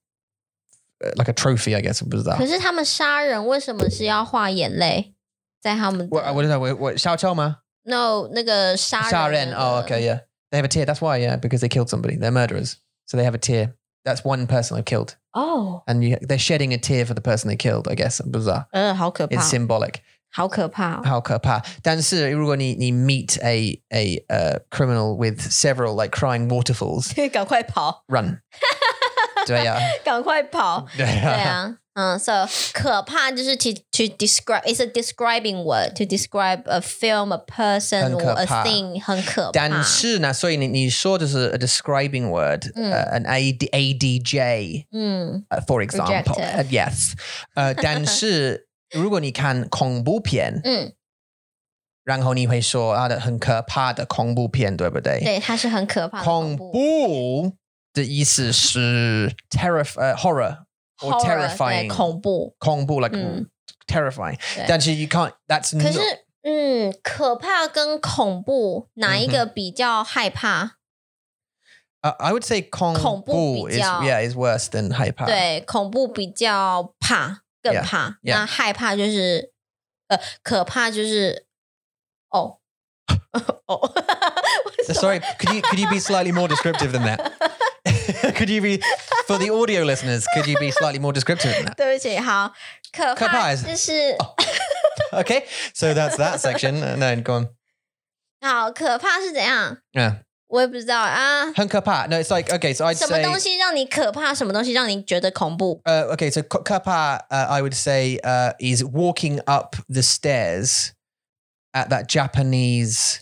uh, like a trophy, I guess. 我不知道。
可是他们杀人为什么是要画眼泪？在他们的
我我知道我我小丑吗？
no 那个杀
Sharon.
人的
Oh, okay, yeah. They have a tear. That's why, yeah, because they killed somebody. They're murderers, so they have a tear. That's one person they've killed,
哦，
and you, they're shedding a tear for the person they killed. I guess bizarre.
嗯，好可怕
It's，symbolic.
好可怕 哦，
How 可怕！但是如果你你 meet a a uh, criminal with several like crying waterfalls,
赶快跑，
run. 对呀，
赶快跑，对
对呀。
啊，嗯，so 可怕就是 to to describe it's a describing word to describe a film, a person
很
or
可
a
怕
thing 很可怕。
但是呢，所以你你说的是 a describing word，
嗯
呃、an a d a d j，
嗯
呃、for example，
Rejected
呃 yes，呃， 但是如果你看恐怖片，
嗯，
然后你会说啊的很可怕的恐怖片，对不对？
对，它是很可怕的
恐怖的意思是 terror 呃 horror or
horror，对
terrifying
恐怖。
恐怖 like
嗯
terrifying，
对
但是 you can't that's
可
no-
是，嗯，可怕跟恐怖
嗯
哪一个比较害怕？
Uh, I would say 恐
恐怖比
is
较
yeah is worse than 害怕。
对，恐怖比较怕，更
Yeah，
怕。
yeah
那害怕就是，呃，可怕就是，哦，哦，为什 么
Sorry, could you could you be slightly more descriptive than that? could you be for the audio listeners? Could you be slightly more descriptive than that?
对不起，好，可
可怕
怕
还是哦
就是、
Okay, so that's that section. Uh, no, go on.
好，可怕是怎样？
Yeah,
我也不知道啊。
很可怕. No, it's like okay. So I'd
什么
say
东西让你可怕？什么东西让你觉得恐怖？
uh, okay. So k- kapa, uh, I would say, uh, is walking up the stairs at that Japanese,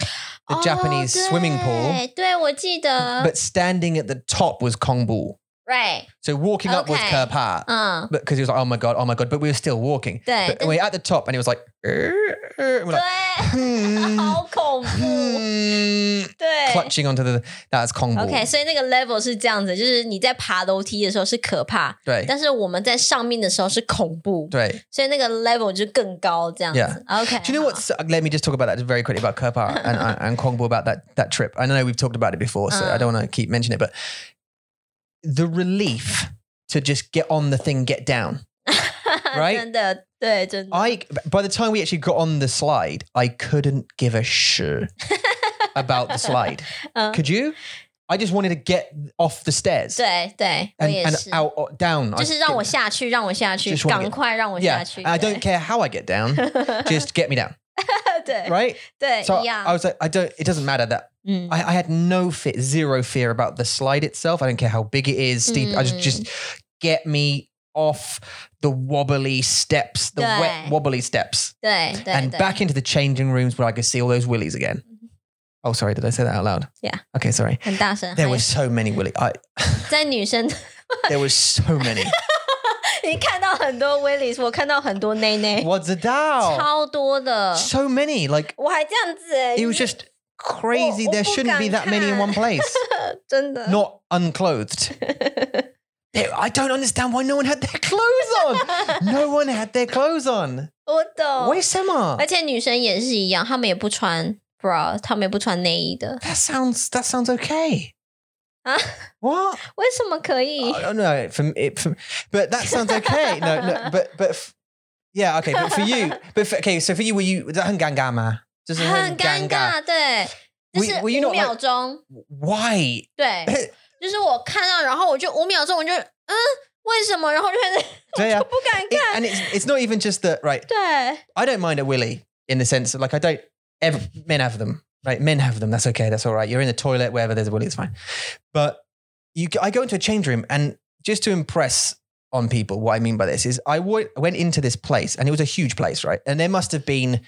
the
哦
Japanese swimming pool,
对对，我记得
but standing at the top was kongbu.
，right，
So walking up was
Okay.
kapa.
嗯，
But because he was like, oh my god, oh my god, but we were still walking.
对
但，we were at the top, and it was like, "Er, er," and we're
对
like,，hmm,
好恐怖，
hmm,
对。
clutching onto the that's Kong Ball.
OK，所以那个 level 是这样子，就是你在爬楼梯的时候是可怕，
对
但是我们在上面的时候是恐怖，
对。
所以那个 level 就更高这样子。
Yeah.
OK，
Do you know
好
what? Let me just talk about that very quickly about Kerpa and, and, and Kong Ball about that that trip. I know we've talked about it before, so I don't want to keep mentioning it, but the relief to just get on the thing, get down. Right?
真的，对，真的。
I by the time we actually got on the slide, I couldn't give a shit about the slide.
Uh.
Could you? I just wanted to get off the stairs
对对，我
and,
也
and
是，
out or down.
就是让我
I,
下去，让我下去，
Just wanna get-
赶快让我
yeah,
下去。
I
对
don't care how I get down. just get me down,
对
right?
对
So I
一样，
was like, I don't. It doesn't matter that
嗯
I, I had no fear, zero fear about the slide itself. I don't care how big it is, steep. I just
Mm.
just get me off the wobbly steps, the
Yeah.
wet wobbly steps.
对对
and
对
back into the changing rooms where I could see all those willies again. Oh, sorry, did I say that out loud?
Mm-hmm. Yeah.
Okay, sorry.
很大声。
There
还有
were so many willies. I
在女生，
there were so many.
你看到很多 Willis，我看到很多内内，
What's a dow?
超多的，
So many. Like
我还这样子哎、
it was just crazy.
Oh,
there
oh,
shouldn't be that many in one place.
真的
Not unclothed. There- I don't understand why no one had their clothes on. No one had their clothes on.
我懂。
Why summer?
而且女生也是一样，她们也不穿 bra，她们也不穿内衣的
That sounds that sounds okay.
啊？
What?
为什么可以？
I don't know. For, m- it, for, but that sounds okay. no, no, but but f- yeah, okay. But for you, but for, okay. So for you, were you was that hengangama? Just
很尴
henganga.
尬，对，就
We-
是
we- you know, 哎
五秒钟，
Why?
对， 就是我看到，然后我就五秒钟，我就嗯，为什么？然后就 开始
So, yeah.
不敢
It-
看，
and it's it's not even just that. Right.
对
I don't mind a willy in the sense of like I don't. Ever, men have them. Right. Men have them. That's okay. That's all right. You're in the toilet wherever there's a willy. It's fine. But you, I go into a change room and just to impress on people, what I mean by this is I wa- went into this place and it was a huge place, right? And there must have been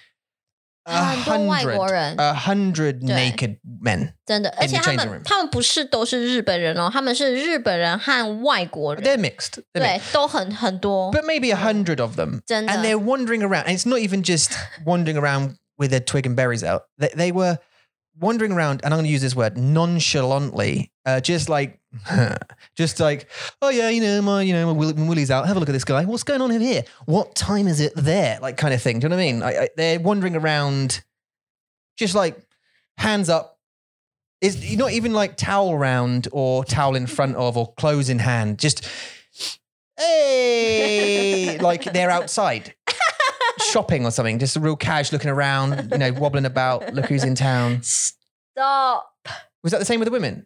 a
很多外国
啊 hundred, 呃
人
a hundred
Yeah.
naked men.
真的，而且
the
他
changing
们
room
他们不是都是日本人哦，他们是日本人和外国
They're
人，
mixed. They're
对
mixed.，
都很很多，
But maybe a hundred of them.
真
And
的
they're wandering around. And it's not even just wandering around with their twig and berries out. They, they were wandering around, and I'm going to use this word nonchalantly, uh, just like, just like, oh yeah, you know, my, you know, my, Will- my Willie's out. Have a look at this guy. What's going on over here? What time is it there? Like kind of thing. Do you know what I mean? I, I, they're wandering around, just like hands up. Is not even like towel round or towel in front of or clothes in hand. Just hey, like they're outside shopping or something. Just a real cash looking around, you know, wobbling about. Look who's in town.
Stop，
Was that the same with the women?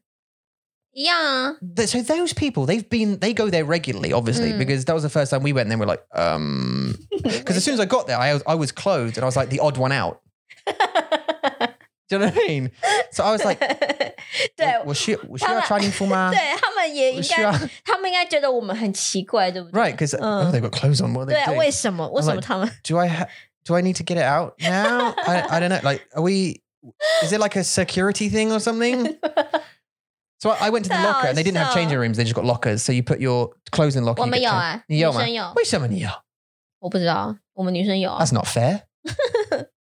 一样啊，
Th- So those people, they've been, they go there regularly, obviously,
Mm.
because that was the first time we went. And then we're like, um, because as soon as I got there, I was, I was clothed and I was like the odd one out. Do you know what I mean? So I was like,
对
我需我需
他
要
们
穿衣服吗？
对他们也
我
应
需
该
要，
他们应该觉得我们很奇怪，对不对
right because oh, they've got clothes on. What are they
对啊，
doing?
为什么？为什么
like-
他们？
do I ha- do I need to get it out now? I, I don't know. Like, are we? Is it like a security thing or something? So I I went to the
So-
locker and they didn't have
so-
changing rooms. They just got lockers. So you put your clothes in locker.
我们有啊，
你
女
有吗
生有，
Wait, you
我不知道，我们女生有啊，
That's not fair.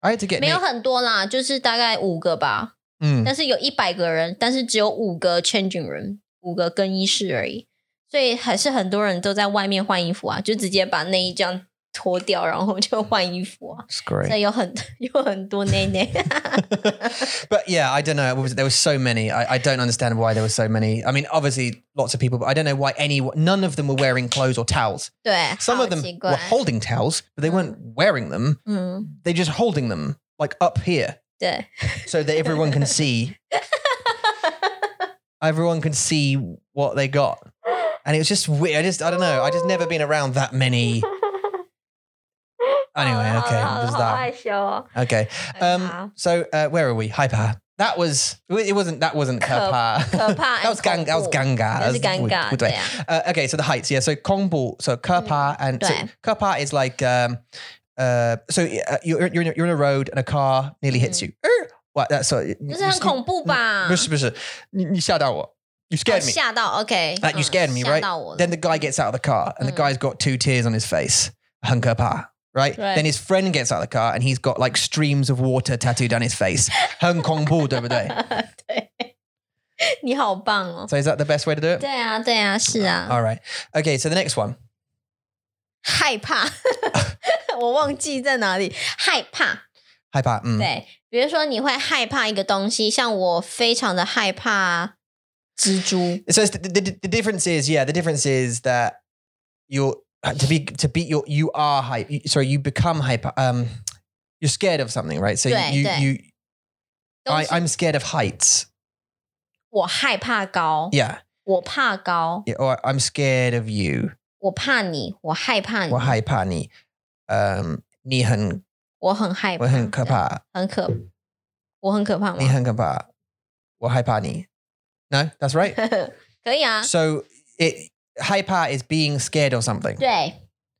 I had to get.
没有
Nick-
很多啦，就是大概五个吧，
Mm.
但是有一百个人，但是只有五个 changing room，五个更衣室而已，所以还是很多人都在外面换衣服啊，就直接把内衣这样脱掉，然后就换衣服啊，
It's
所
great.
以有很 有很多内内。
But yeah, I don't know. It was- There were so many. I, I don't understand why there were so many. I mean, obviously lots of people, but I don't know why any. None of them were wearing clothes or towels.
对，
Some
好
of them
奇怪
were holding towels, but they weren't wearing them.
嗯，
They just holding them like up here.
对，
so that everyone can see. everyone can see what they got, and it was just weird. I just I don't know. I just never been around that many. Anyway,
好了
okay,
好了
there's
好
that.
害羞哦。
Okay,
好
um, so uh, where are we? Hyper. That was it. Wasn't that wasn't
Kerb-
Kerpa?
可怕，
that was gang. That was
很恐
Ganga. That
怖那
was
是尴尬，对
Udway.
啊，
Uh, okay, so the heights, yeah. So Kongbul, so Kerpa and so
Mm, Right.
Kerpa is like, um, uh, so uh, you're, you're, in a, you're in a road and a car nearly hits
Mm.
you. Er, what? That's so.
这是很恐怖吧？
You
哦
scared me.
吓到，OK，
Like, you
嗯
scared me,
吓
right?
到我了
Then the guy gets out of the car and the
Mm.
guy's got two tears on his face. Hun Kerpa. Right?
Right.
Then his friend gets out of the car and he's got like streams of water tattooed on his face. Hung Kongbul, 对不对?
对，你好棒哦！
So is that the best way to do it?
对啊，对啊，是啊，
All right. Okay, so the next one.
害 怕，我忘记在哪里，害怕。
Hyper. Mm.
对，比如说你会害怕一个东西，像我非常的害怕蜘蛛。
So it's the, the, the difference is, yeah, the difference is that you're uh, to be to beat your you are hype. Sorry, you become hyper. Um, you're scared of something, right? So
Right,
you
right.
you
东
I,
西
I'm scared of heights.
我害怕高，
Yeah.
我怕高，
yeah or I'm scared of you.
我怕你，我害怕你，
Or hyper ni. Um, ni hen
我很害怕，
我很可，怕，
很可，我很可怕
你
吗？
很可怕，我害怕你. No, that's right.
可以啊，
so it hyper is being scared of something.
对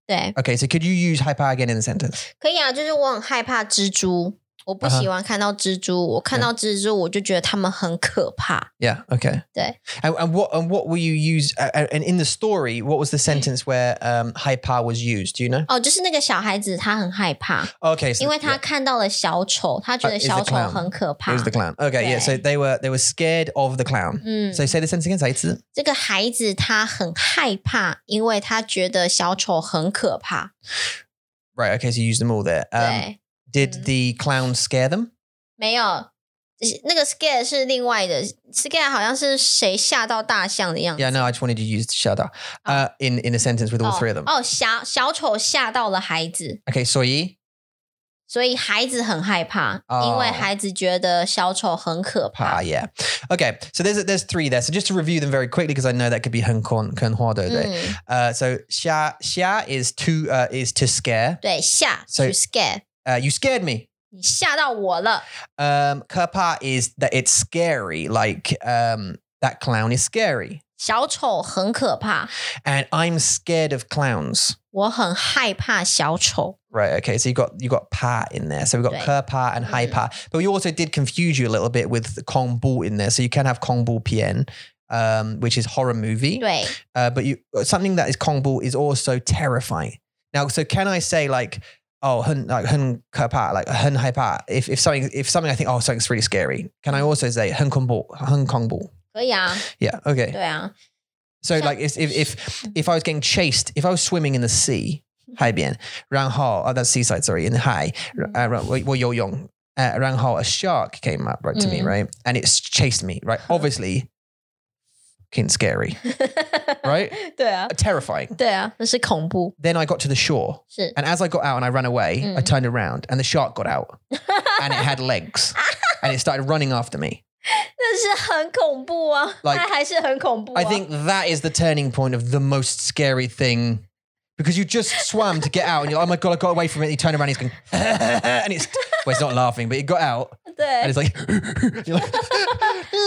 对，
Okay, so could you use hyper again in the sentence?
可以啊，就是我很害怕蜘蛛，我不
啊哈
喜欢看到蜘蛛。我看到蜘蛛，我就觉得它们很可怕。
Yeah. Okay.
对
And, and what and what will you use? uh, Uh, and in the story, what was the sentence where um, hyper was used? Do you know?
哦，就是那个小孩子，他很害怕，
Okay, so
因为他
yeah,
看到了小丑，他觉得
Uh, is the
小丑
clown.
很可
it
怕
was。the clown. Okay, yeah. So
Okay.
they were they were scared of the clown.
嗯，
So say the sentence again. Say it's-
这个孩子他很害怕，因为他觉得小丑很可怕。
right. Okay, so you used them all there.
对，
Um, did the clown scare them?
没有。那个 scare 是另外的，scare 好像是谁吓到大象的样子。
Yeah. No, I just wanted to use shada uh, in in a sentence with all
哦
three of them.
哦，小小丑吓到了孩子，
Okay, soyi
所以孩子很害怕，
哦
因为孩子觉得小丑很可
pa
怕。
yeah. Okay, so there's there's three there. So just to review them very quickly because I know that could be henkon kenhuado
嗯
there.，Uh, so xia xia is to uh, is to scare.
对，吓
So-
to scare，
Uh, you scared me.
你吓到我了。
Um, kerpa is that it's scary, like um, that clown is scary,
小丑很可怕，
and I'm scared of clowns.
我很害怕小丑。
Right. Okay. So you got you got pa in there. So we got
Right.
kerpa and
Mhm.
hypa, but we also did confuse you a little bit with the kong bu in there. So you can have kong bu pien, um, which is horror movie.
对，
Uh, but you something that is kong bu is also terrifying. Now, so can I say like? Oh, hun, like hun kerpa, like hun hypa. If, if something, if something, I think, oh, something's really scary. Can I also say hun kong bu, hun kong bu?
可 以啊，
Yeah. Okay.
对啊，
So
So-
like if if if, if I was getting chased, if I was swimming in the sea,
Mm-hmm.
hai bian, rang hao, oh, that's seaside, sorry, in the hai,
Mm.
uh, well, yo yong, uh, rang hao, a shark came up right to me,
Mm.
right, and it's chased me, right. Obviously, fucking scary, Right?
对啊，
terrifying.
对啊，那是恐怖，
Then I got to the shore,
是
and as I got out and I ran away, I
Mm.
turned around, and the shark got out, and it had legs, and it started running after me.
那是很恐怖啊，
Like-
那还是很恐怖啊。
I think that is the turning point of the most scary thing because you just swam to get out and you're like, oh my God, I got away from it. And you turn around and he's going, and it's, well, it's not laughing, but it got out
对
and，it's like, you're like,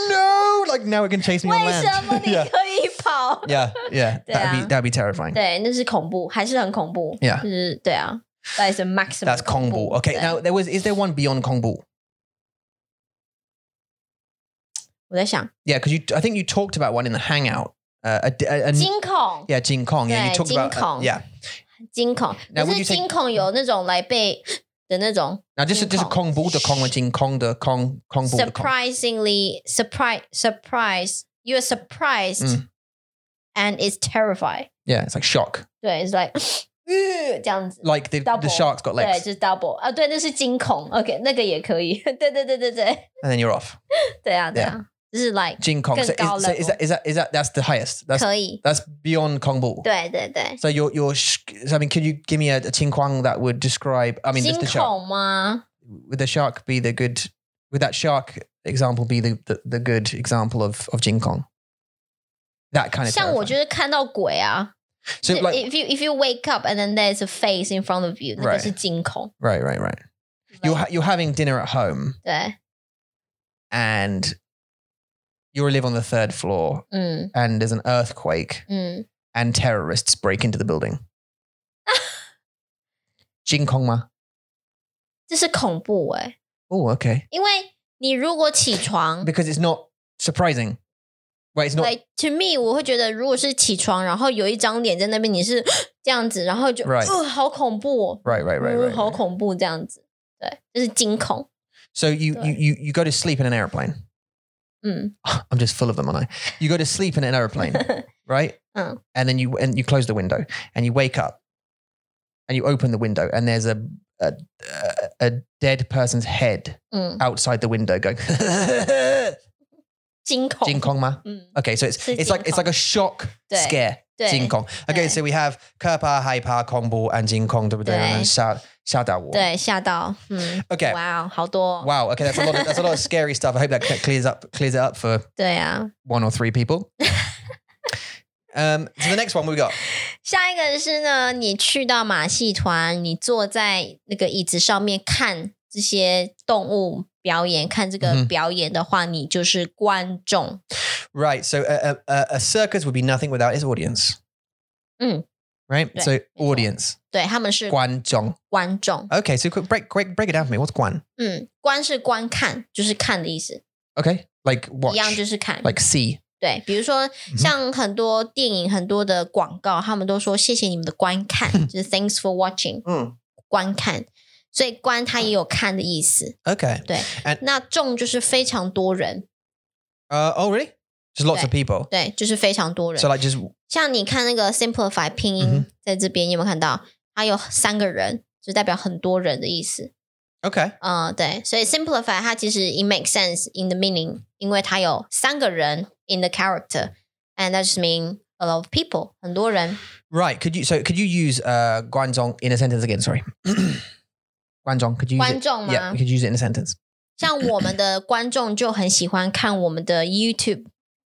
no, like now it can chase me on
为什么
land.
你
yeah,
可以跑？
yeah, yeah. That'd
Yeah.
be, that'd be terrifying.
对，那是恐怖，还是很恐怖。
Yeah.
就是对啊，That is a maximum.
That's Kong
恐
Ball.
怖
Okay,
对
now there was, is there one beyond Kong Ball?
我在想
Yeah, because you, I think you talked about one in the Hangout. Uh, a, a, a,
惊恐，
yeah, Jing Kong. Yeah,
Yeah,
you talked
Jing
about. uh,
Kong.
yeah.
惊恐，
Now,
可
would
是
you take-
惊恐有那种来被的那种
Now, just a,
Jing
just a Kong Ball to Kong, a Jing Kong to Kong, Kong Ball to Kong.
surprisingly surprise surprise you are surprised and it's terrified.
Yeah, it's like shock.
对，it's like 呃这样子。
Like the,
Double.
the shark's got
对，
legs.
就是 double 啊，对，那是惊恐。OK，那个也可以。 对对对对对，
and then you're off.
对啊对啊，就是 like
Jing Kong. So
Gao
is, so is that is that is that that's the highest? That's
可以。
that's beyond Kong Ball.
对对对，
So your your sh- so I mean, could you give me a, a Ching Kwang that would describe? I mean,
惊
just the shark.
恐吗？
Would the shark be the good? Would that shark example be the the, the good example of of Jing Kong? That kind of.
像我
terrifying.
就是看到鬼啊。
So
So,
like
if you if you wake up and then there's a face in front of you，那个
Right.
是惊恐。
right, right, right. You're ha- you're having dinner at home
对，
and you live on the third floor
嗯
and there's an earthquake
嗯，
and terrorists break into the building. Jing Kong ma.
这是恐怖哎、
Oh, okay.
因为你如果起床
Because it's not surprising. Right, it's not.
，like to me，我会觉得如果是起床，然后有一张脸在那边，你是这样子，然后就
Right.
呃好恐怖、哦，
right, right, right,
呃
right.
好恐怖这样子。对，就是惊恐。
So you, you, you, you go to sleep in an airplane.
嗯
I'm just full of them, aren't I? You go to sleep in an airplane, right?
Oh.
And then you and you close the window and you wake up and you open the window and there's a a, a dead person's head
嗯，
outside the window going
惊恐。
Jing Kong ma.
嗯，
Okay, so it's
So
it's like
Jing
it's like a shock
Dui.
scare.
对
Jing Kong. Okay,
Dui.
so we have Kerpa, Haipa, Kongbo, and Jing Kong. Dui, dui, dui,
Dui.
and Sha Sha Da Wu.
对，吓到。嗯，
Okay. Wow.
哇、哦，好多哦、
Okay, that's a lot. Of, that's a lot of scary stuff. I hope that clears up clears it up for
对啊，
one or three people. um, so the next one we got.
下一个是呢，你去到马戏团，你坐在那个椅子上面看这些动物表演，看这个
嗯
表演的话，你就是观众。
Right. So a, a- a, a circus would be nothing without its audience.
Mm.
Right.
Right.
So audience.
对，他们是
Guan Zhong.
观众。
Okay. So quick, break, break, break it down for me. What's Guan?
嗯，观是观看，就是看的意思，
Okay. Like watch.
一样就是看。
like see.
对，比如说像很多电影、很多的广告，他们都说谢谢你们的观看，就是 thanks for watching，
嗯，
观看。所以观它也有看的意思。
Okay.
对
And-
那众就是非常多人，
Uh, oh, really? Just lots of people.
对，就是非常多人
So。like just
像你看那个 simplify 拼
嗯
音，在这边你有没有看到？它有三个人，就代表很多人的意思。
okay.
嗯，对，所以 simplify 它其实 it makes sense in the meaning，因为它有三个人 in the character，and that just mean a lot of people，很多人。
Right. Could you so could you use uh Guan Zhong in a sentence again? Sorry. Guan Zhong. Could you use it?
观众
Yeah.
吗
You？could use it in a sentence.
像我们的观众就很喜欢看我们的 YouTube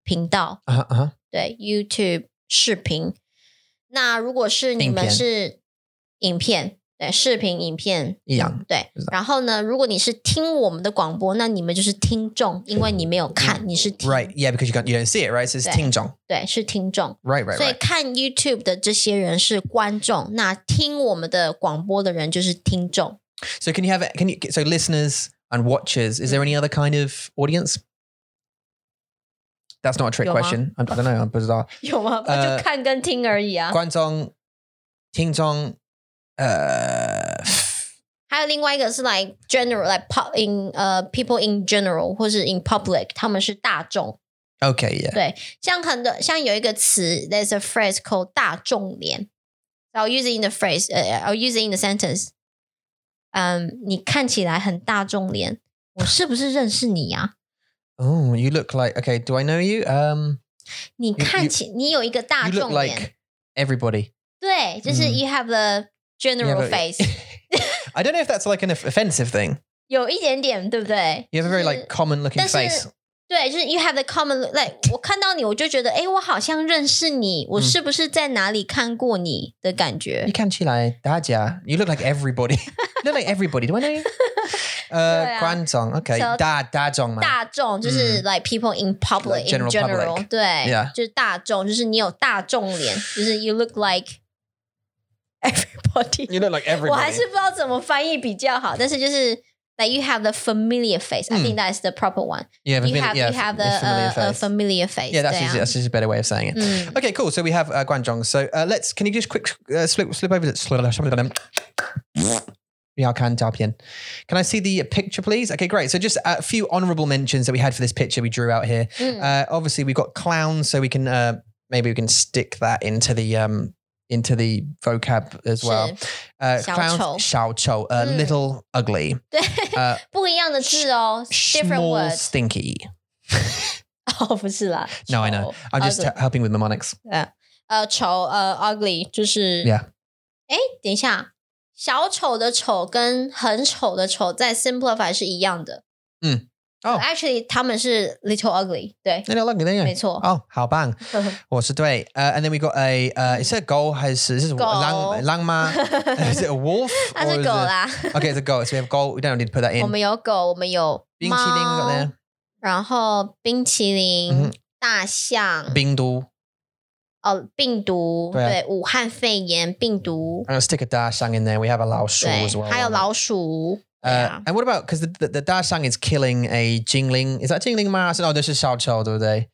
频道，
Uh huh. Uh-huh.
对 YouTube 视频。那如果是你
影
们
片
是影片，对视频影片，
Yang.
对
是的。
然后呢，如果你是听我们的广播，那你们就是听众，因为你没有看，你是听
嗯 Right. Yeah. Because you can't. You don't see it. Right. So it's
Yeah.
Ting Zhong.
对，是听众。
Right. Right.
所以
Right.
看 YouTube 的这些人是观众，那听我们的广播的人就是听众。
So can you have can you so listeners and watchers? Is there any other kind of audience? That's not a trick
Your mom.
question. I'm, I don't know. I'm bizarre.
有吗？不
呃
就看跟听而已啊。
Guanzong, Tingzong, uh,
还有另外一个是 like general like pop in 呃、people in general 或是 in public，他们是大众。
okay, yeah.
对，像很多像有一个词，there's a phrase called 大众脸。I'll use it in the phrase，呃、i l l use it in the sentence。嗯，你看起来很大众脸，我是不是认识你啊呀、
Oh, you look like okay. Do I know you? Um,
你看起你有一个大
you look
众脸
like everybody.
对，就是
嗯
you have a
You have
general
a-
face，
I don't know if that's like an off- offensive thing.
有一点点，对不对？
You have a very
就是
like common looking
That's
face.
对，就是 you have the common like，我看到你我就觉得，哎，我好像认识你，
嗯
我是不是在哪里看过你的感觉？
你看起来大家- You look like everybody. you look like everybody. Do I know you? Uh,
对啊。
Guanzong. Okay.
So-
da, da Zhong, man.
大众就是 like people in public
Like general
in general，
public
对
Yeah
就是大众，就是你有大众 脸，就是 you look like everybody。
You look like
我
everybody.
还是不知道怎么翻译比较好，但是就是 like you have the familiar face. I think that is the proper one.
yeah,
You
Mm。 familiar-
have
yeah,
you have the
yeah, familiar
uh, a
face.
familiar Mm. face.
Yeah, that's
对
just,
啊
that's just a better way of saying it.
嗯
Okay, cool. So we have uh, Guanzhong. So uh, let's. Can you just quick uh, slip slip over to Yeah, I can tap in. Can I see the picture, please? Okay, great. So just a few honourable mentions that we had for this picture we drew out here.
嗯
Uh, obviously, we've got clowns, so we can uh, maybe we can stick that into the um into the vocab as well.
是
Uh,
Xiao
clowns,
chou.
xiao chou, uh,
Mm.
little ugly,
对
uh,
不一样的字哦，different
small,
words。
stinky.
哦，不是啦
No, I know.
丑
I'm just
ugly
h- helping with mnemonics.
呃丑呃 ugly 就是。
Yeah.
哎，等一下，小丑的丑跟很丑的丑在 simplify 是一样的。
嗯，哦
So，actually 他们是 little ugly，对，
Little ugly, there you go.
没错。
Oh, how bang. 我是对. Uh, and then we got a, uh, is it a goal? Has, is this a
Goal.
lang, langma? is it a wolf?
它
or
是
is
狗
it-
啦。
Okay, it's a goal. So we have goal. We don't need to put that
我
in.
们有狗，我们有
Bing
猫
got there.
然后冰淇淋
嗯、
大象、
Bing do.
哦病毒，
对啊
对，武汉肺炎病毒，
I'm going to stick a da shang in there. We have a lao shu
对
as well.，
还有
right?
老鼠，对
Uh,
啊，
and what about because the, the, the da shang is killing a jingling? Is that jingling ma? I said, oh, this is Xiao Chou, do they?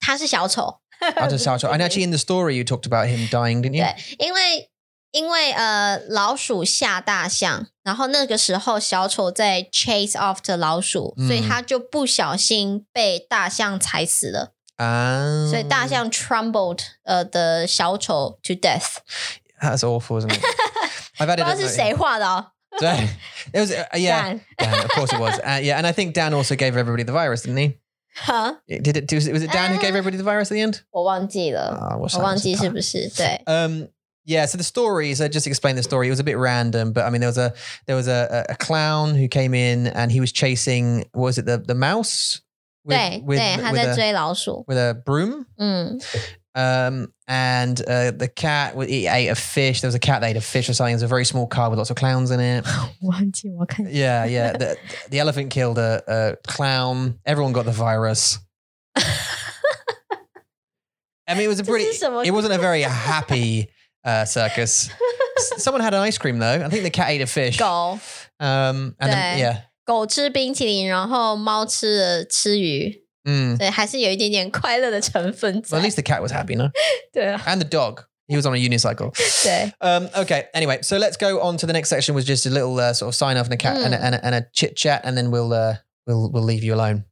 他是小丑，
Out of Xiao Chou. And actually, in the story, you talked about him dying, didn't you?
对因为因为呃，老鼠吓大象，然后那个时候小丑在 chase after 老鼠，所以
嗯
他就不小心被大象踩死了，
Um,
所以大象 trampled 呃的小丑 to death，
That's awful, isn't it? I've
不
added
知道
it-
是 谁画的哦，
it was, uh, yeah.
但
Dan, of course it was. Uh, yeah, and I think Dan also gave everybody the virus, didn't he?
哈，
Did it? Was it, was it Dan who gave
Uh,
everybody the virus at the end?
我忘记了，
Ah, what's
我
that?
忘记是不是对。
Um, yeah. So the story. So just to explain the story. It was a bit random, but I mean, there was a there was a, a a clown who came in and he was chasing. What was it the the mouse?
对对，他在
a,
追老鼠。
with a broom.
嗯，
Um, and uh, the cat w- he ate a fish. There was a cat that ate a fish or something. It was a very small car with lots of clowns in it.
忘记 我看
Yeah, yeah. The, the elephant killed a, a clown. Everyone got the virus. I mean, it was a
This
pretty.
is so much-
It wasn't a very happy uh, circus. S- Someone had an ice cream though. I think the cat ate a fish.
狗
Um, and then,
Dang.
yeah.
狗吃冰淇淋，然后猫吃了吃鱼，
Mm.
对，还是有一点点快乐的成分
Well,
在
at。least the cat was happy, no?
对啊，
And the dog. He was on a unicycle.
对，
Um, okay. Anyway, so let's go on to the next section. Was just a little uh, sort of sign off and a cat and a,
Mm.
and a, and a chit chat, and then we'll uh, we'll we'll leave you alone.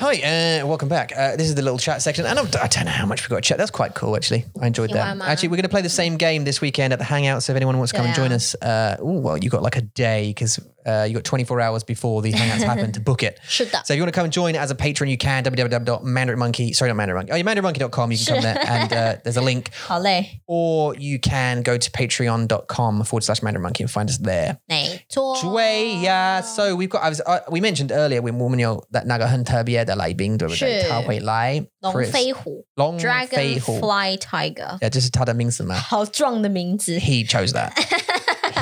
Hi, uh, welcome back. Uh, this is the little chat section, and I'm, I don't know how much we got to chat. That's quite cool, actually. I enjoyed
Yeah, why
that.
not?
Actually, we're going to play the same game this weekend at the Hangout. So if anyone wants to come and join
Yeah.
us, uh, ooh, well, you got like a day because uh, you got 24 hours before the Hangouts happen to book it.
是的，
So if you want to come and join as a patron, you can www.mandarinmonkey. Sorry, not mandarinmonkey. Oh, yeah, mandarinmonkey.com. You can come
Sure.
there, and uh, there's a link,
好嘞，
or you can go to patreon.com forward slash mandarinmonkey and find us there.
没错。
Shui, yeah. So we've got. I was. Uh, we mentioned earlier when woman you that
是。
那个很特别的来宾，对不对？他会来
龙飞虎
long
Dragonfly Tiger，
Yeah, 这是他的名字嘛。
好壮的名字，
He chose that.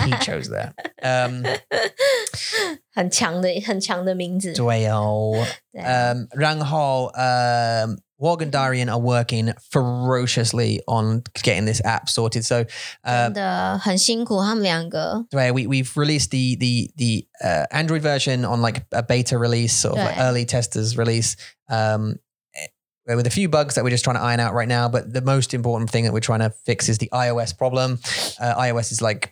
he chose that. Um,
很强的很强的名字。
对哦。
对啊
Um, 然后，um, Wagendarian are working ferociously on getting this app sorted. So,
真
um,
的很辛苦，他们两个
where we we've released the the the uh, Android version on like a beta release, sort of like
Right.
early testers release. Um, eh, with a few bugs that we're just trying to iron out right now, but the most important thing that we're trying to fix is the iOS problem. Uh, iOS is like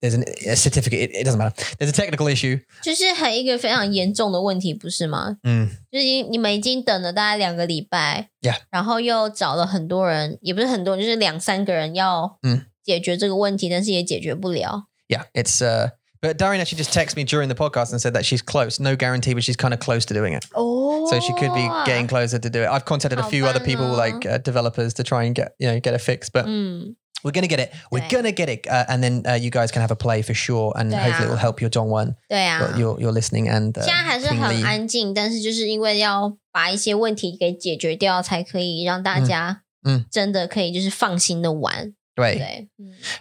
there's an, a certificate. It, it doesn't matter. There's a technical issue.
就是很一个非常严重的问题，不是吗？
Mm.
就是已经你们已经等了大概两个礼拜
Yeah
然后又找了很多人，也不是很多人，就是两三个人要
嗯
解决这个问题，但是也解决不了。
Yeah, it's. Uh, but Darian actually just texted me during the podcast and said that she's close. No guarantee, but she's kind of close to doing it.
哦
So she could be getting closer to do it. I've contacted a
How
few other
fun
people,
though. Mm.
like uh, developers, to try and get you know get a fix. But
嗯，
we're gonna get it. We're
Right.
gonna get it, uh, and then uh, you guys can have a play for sure, and
Yeah.
hopefully it will help your Dongwon,
对啊，
your, your your listening and uh,
现在还是
King
很
Lee.
安静，但是就是因为要把一些问题给解决掉，才可以让大家
嗯嗯
真的可以就是放心的玩。
Right.
对，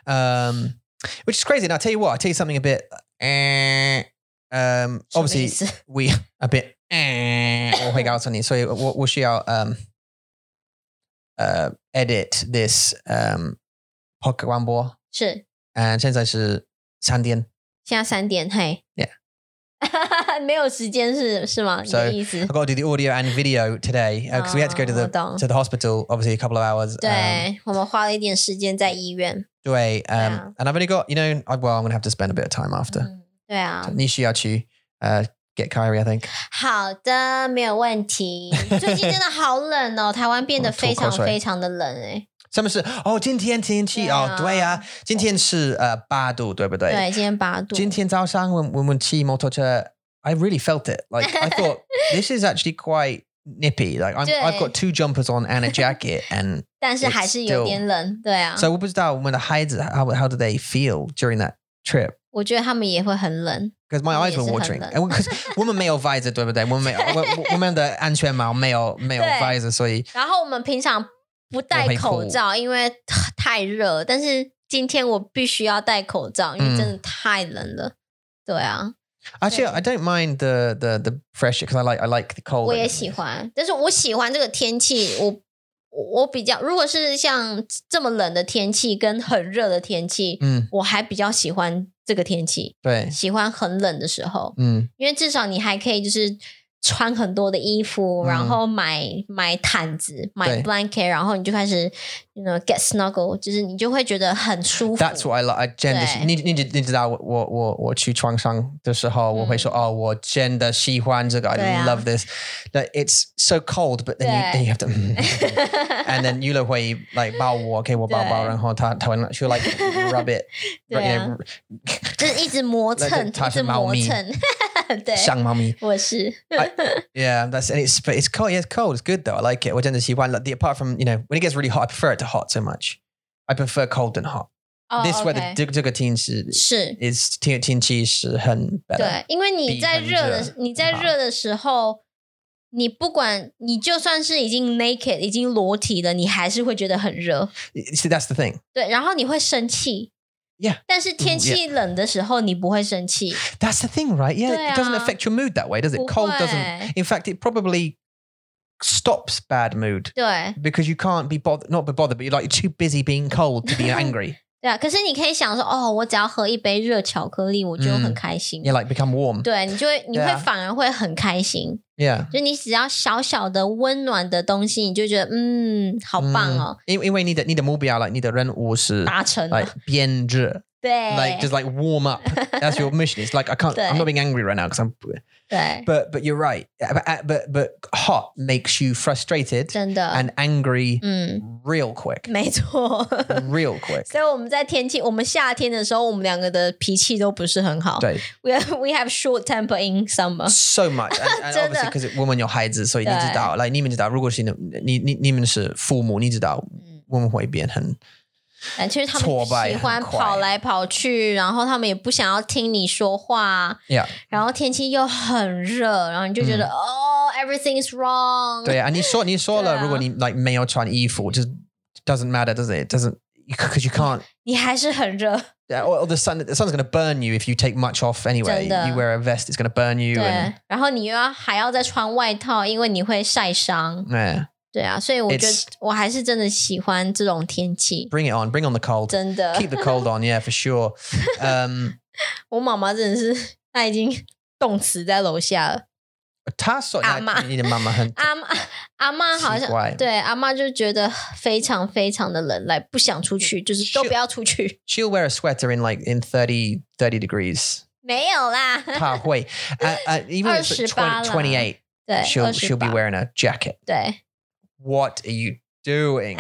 嗯
um, which is crazy. And I'll tell you what, I'll tell you something a bit, eh, um,
什么意
obviously
思？
we a bit, eh, 我会告诉你，所以我我需要 um, uh, edit this um, podcast 播，
是
and 现在是三点，
现在三点，嘿
Yeah
没有时间是是吗？你
So-
的意思
I？got to do the audio and video today because we had to go to
哦
the
我懂
to the hospital, obviously a couple of hours. um,
对我们花了一点时间在医院。
对, um,
Yeah.
and I've only got you know, I, well, I'm gonna have to spend a bit of time after.
嗯对啊
So，Nishiyachi, uh, get Kyrie, I think.
好的，没有 问题。最近真的好冷哦，台湾变得
我吐
非常
口水
非常的冷哎。
什么是？哦，今天天气
对啊
哦，对呀、啊，今天是呃八度，对不对？
对，今天八度。
今天早上我们我们骑摩托车，I really felt it. Like I thought this is actually quite nippy. Like I'm,
对
I've got two jumpers on and a jacket, and
但是还是有
It's still-
点冷，对啊。
so 我不知道我们的孩子 how how do they feel during that trip.
我觉得他们也会很冷。
Because my
我
eyes
也
were
是很
watering，
冷
哎我 'cause 我们没有 visor，对不对？我们没 有，我我我们的安全帽没有没有
对
visor，所以
然后我们平常不戴口罩，因为太热，但是今天我必须要戴口罩，因为真的太冷了。对啊，
actually
对
I don't mind the the the fresh because I like I like the cold.
我也喜欢，但是我喜欢这个天气，我。我我比较，如果是像这么冷的天气跟很热的天气，
嗯，
我还比较喜欢这个天气，
Mm, 对，
喜欢很冷的时候。
嗯
因为至少你还可以就是穿很多的衣服，
嗯
然后买买毯子，买
对
blanket，然后你就开始，you know get snuggle，就是你就会觉得很舒服。
，That's what I like. I 真的喜，
对
你你你你知道我我我我去床上的时候，我会说哦，我真的喜欢这个
对啊
，I love this. That it's so cold, but then you
对
then you have to. mm. And then Yula 会 like 抱我，给我抱抱，
对
然后她她会 she'll like rub it，
对啊
you know,
就是一直磨
那
蹭，
就
一
它
直
是猫
磨
咪
蹭。 对，
像猫咪。
我是
Yeah, that's and it's but it's cold. Yeah, it's cold. It's good though. I like it. Well, Jenda's one. Like the apart from you know when it gets really hot, I prefer it to hot so much. I prefer cold than hot.
哦
this
OK
weather, this weather, is
是
is 天气是很 better.
对，因为你
比
在
很
热的
热
你在
好
热的时候。你不管，你就算是已经 naked、已经裸体了，你还是会觉得很热。
See, that's the thing.
对，然后你会生气。
Yeah.
但是
Mm,
天气冷的时候，你不会生气，
That's the thing, right? Yeah, it doesn't
对啊。
affect your mood that way, does it?
不
Cold
会。
doesn't. In fact, it probably stops bad mood
对
because you can't be bothered, not be bothered, but you're like you're too busy being cold to be angry.
对啊，可是你可以想说，哦，我只要喝一杯热巧克力，我就很
嗯
开心。
You like become warm.
对你就会，你
对
会
啊
反而会很开心。
Yeah.
就你只要小小的温暖的东西，你就觉得嗯，好棒哦，
因-因为你的你的目标，like你的任务是
达成了。
like 变热，
对
like just like warm up. That's your mission. It's like I can't. I'm not being angry right now because I'm.
对，
But but you're right. But but, but hot makes you frustrated
真的，
and angry
嗯，
real quick,
没错。
real quick.
所以我们在天气，我们夏天的时候，我们两个的脾气都不是很好。
对
We we have short temper in summer。
so much and, and
真的。
obviously because it woman 有孩子，所以你知道 like Mm. 你们知道，如果是
嗯
你你你你们是父母，你知道我们会变很对，
但其实他们
挫败
喜欢
很快
跑来跑去，然后他们也不想要听你说话。
Yeah
然后天气又很热，然后你就
嗯
觉得、哦，everything is wrong。
and
对啊。
你说你说了，如果你 like 没有穿衣服，just doesn't matter does it? It doesn't because you can't
你还是很热。
Yeah, or, or the sun. The sun's going to burn you if you take much off anyway.
真的。
You wear a vest, it's going to burn you.
对
And,，
然后你又要还要再穿外套，因为你会晒伤。
yeah,
对啊，所以我觉得
It's-
我还是真的喜欢这种天气，
bring it on. Bring on the cold.
真的。
Keep the cold on. Yeah, for sure. Um,
我妈妈真的是，她已经冻死在楼下了。
她说-
阿嬷。
你的妈妈很-
阿妈阿妈好像
奇怪
对阿妈就觉得非常非常的冷，来不想出去，就是都不要出去。
she'll wear a sweater in like in 30, 30 degrees.
没有啦，
她会- uh, uh, even if it's like
28
20, 28,
对，
she'll, she'll be
28
wearing a jacket.
对
What are you doing?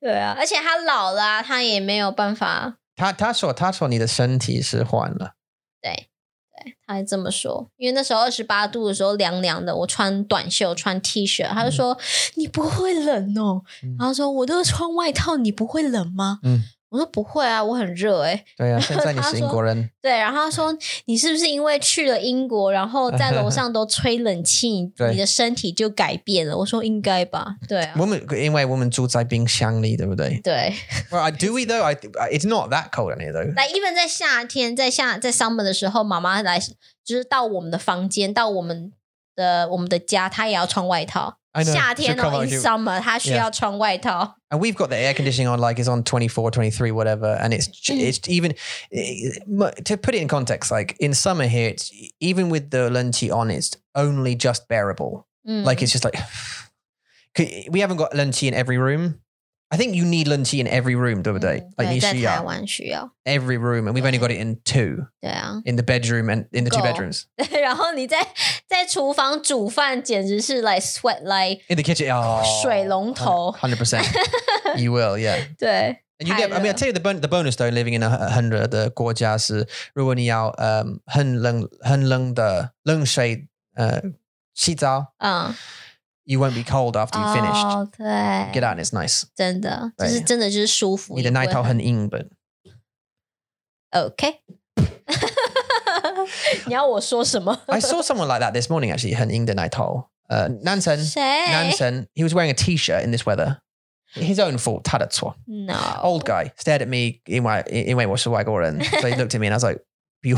对啊，而且她老了啊、她也没有办法。
她-她说-她说你的身体是换了。
对。他还这么说，因为那时候二十八度的时候凉凉的，我穿短袖穿 T 恤，他就说、你不会冷哦，
嗯
然后说我都穿外套，你不会冷吗？
嗯
我说不会啊，我很热哎、
对啊，现在你是英国人，
对，然后 他说你是不是因为去了英国，然后在楼上都吹冷气，你
对
你的身体就改变了？我说应该吧，对啊
我，们因为我们住在冰箱里，对不 对？
对。
Well, I do we though? I, it's not that cold in here though.
来，even 在夏天，在夏在 summer 的时候，妈妈来就是到我们的房间，到我们的我们的家，她也要穿外套。
I know,
夏天
she'll come out
哦，in
here.
summer，她需
Yeah.
要穿外套。
And we've got the air conditioning on, like it's on 24, 23, whatever. And it's j- it's even eh, mu- to put it in context, like in summer here, it's even with the lunti on, it's only just bearable.
嗯，
Like it's just like 'Cause we haven't got lunti in every room. I think you need lunti in every room, 对不对？
嗯
Like
对，
you should,
在台
yeah,
湾需要，
every room, and we've only got it in two,
对啊。
in the bedroom and in the two
Go.
bedrooms,
然后你在在厨房煮饭，简直是来 sweat 来
in the kitchen. Oh,
水龙头。
hundred percent. You will, yeah.
对
And you get, I mean, I
太热。
tell you the, bon- the bonus though, living in a hundred the gorgeous, ruiniao, um, hun lung, hun lung the lung shade, uh, 洗澡,
嗯
you won't be cold after you finished.
哦，对
Get out and it's nice.
真的就
对
是真的就是舒服。
你的
也不会
那一套很硬 but
OK，你要我说什么？
I saw someone like that this morning actually, 很硬的那一套. Uh, Nansen,
谁
Nansen, he was wearing a t-shirt in this weather. His own fault, 他的错.
No，
Old guy stared at me in my, in my wash and so he looked at me and I was like, you,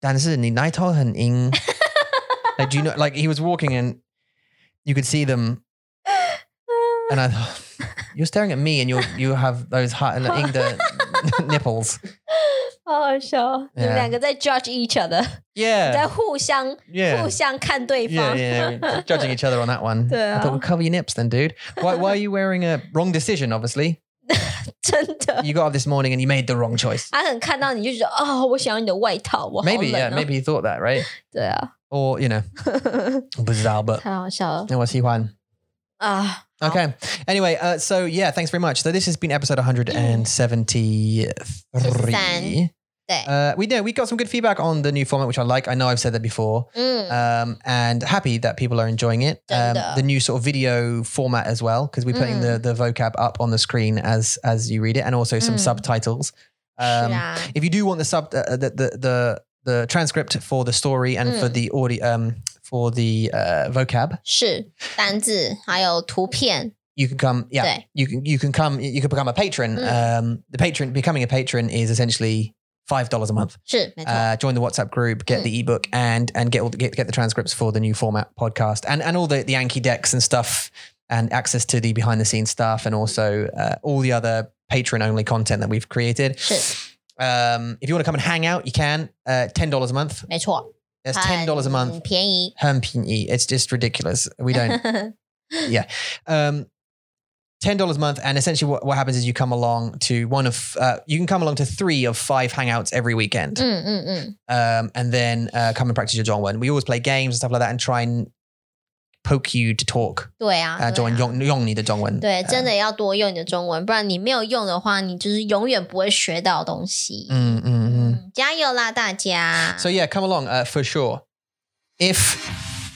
但是你那一套很硬。Like, do you know? Like, he was walking and you could see them, and I thought, you're staring at me, and you you have those hot and ingda nipples.
好好笑哦，你们
Yeah
两个在 judge each other，你
Yeah,
在互相
yeah,
互相看对
yeah,
方。
yeah. yeah. Judging each other on that one. I thought, well, cover your nips, then, dude. Why, why are you wearing a wrong decision? Obviously,
真的，
you got up this morning and you made the wrong choice.
他可能看到你就觉得哦，我想要你的外套，我好
Maybe,
冷
yeah,
哦
maybe he thought that, right?
对 啊，
Or you know, 不知道, but
太好笑
Uh,
了
那我喜欢。
啊！
Okay. Anyway, uh, so yeah, thanks very much. So this has been episode 173.
对，
Uh, we know we got some good feedback on the new format, which I like. I know I've said that before.
嗯，
Um, and happy that people are enjoying it. Um,
Mm. Gender.
the new sort of video format as well, because we're putting the, the vocab up on the screen as as you read it, and also some
Mm.
subtitles. Um,
是啊，
If you do want the sub uh, the, the the the transcript for the story and for
Mm.
the audio um for the uh, vocab,
是单字，还有图片，
you can come yeah
对，
you can you can come you can become a patron um the patron becoming a patron is essentially five dollars a month
是没错，
uh join the whatsapp group get the ebook and and get all the, get, get the transcripts for the new format podcast and and all the the yankee decks and stuff and access to the behind the scenes stuff and also uh, all the other patron only content that we've created
Shit.
um if you want to come and hang out you can uh ten dollars a month
没错，
that's ten dollars a
很
month
便宜。嗯
Hermpini. E. it's just ridiculous we don't um, ten dollars a month, and essentially what, what happens is you come along to one of uh, you can come along to three of five hangouts every weekend,
嗯嗯嗯，
um, and then uh, come and practice your Dongwon. We always play games and stuff like that, and try and poke you to talk.
对啊，
Uh,
对啊
Dong Yong Yong need a Dongwon.
对，真的要多用你的中文，不然你没有用的话，你就是永远不会学到东西。
Mm, mm, mm.
嗯，加油啦，大家！
So yeah, come along uh, for sure. If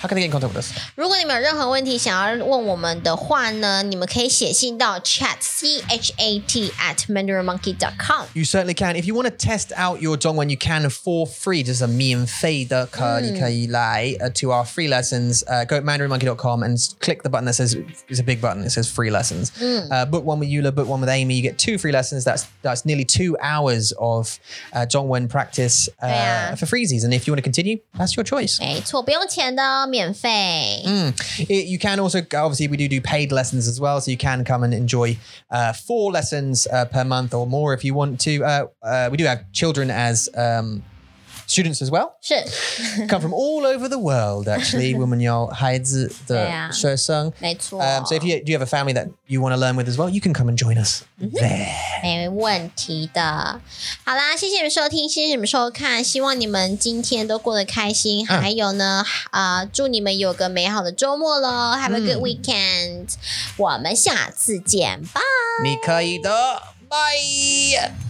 how can they get in contact with us?
如果你们有任何问题想要问我们的话呢，你们可以写信到 chat c h a t at mandarinmonkey dot com。
You certainly can. If you want to test out your Dongwon, you can for free. Just a me and Fader uh to our free lessons. Uh, go to mandarinmonkey.com and s- click the button that says it's a big button. It says free lessons. Uh, book one with Eula, book one with Amy. You get two free lessons. That's that's nearly two hours of uh, Dongwon practice uh,
Yeah.
for freezies. And if you want to continue, that's your choice.
没错，不用钱的哦，免费。
Mm. It- you can also obviously we do do paid lessons as well, so you can come and enjoy uh, four lessons uh, per month or more if you want to. Uh, uh, we do have children as um, students as well,
是
come from all over the world actually. Women, y'all,
对啊。
孩子的学生.
没错，
Um, so if you do you have a family that you want to learn with as well, you can come and join us there.
没问题的。好啦，谢谢你们收听，谢谢你们收看，希望你们今天都过得开心。
嗯
还有呢，啊、祝你们有个美好的周末喽，Have a good weekend、我们下次见，拜。
你可以的，拜。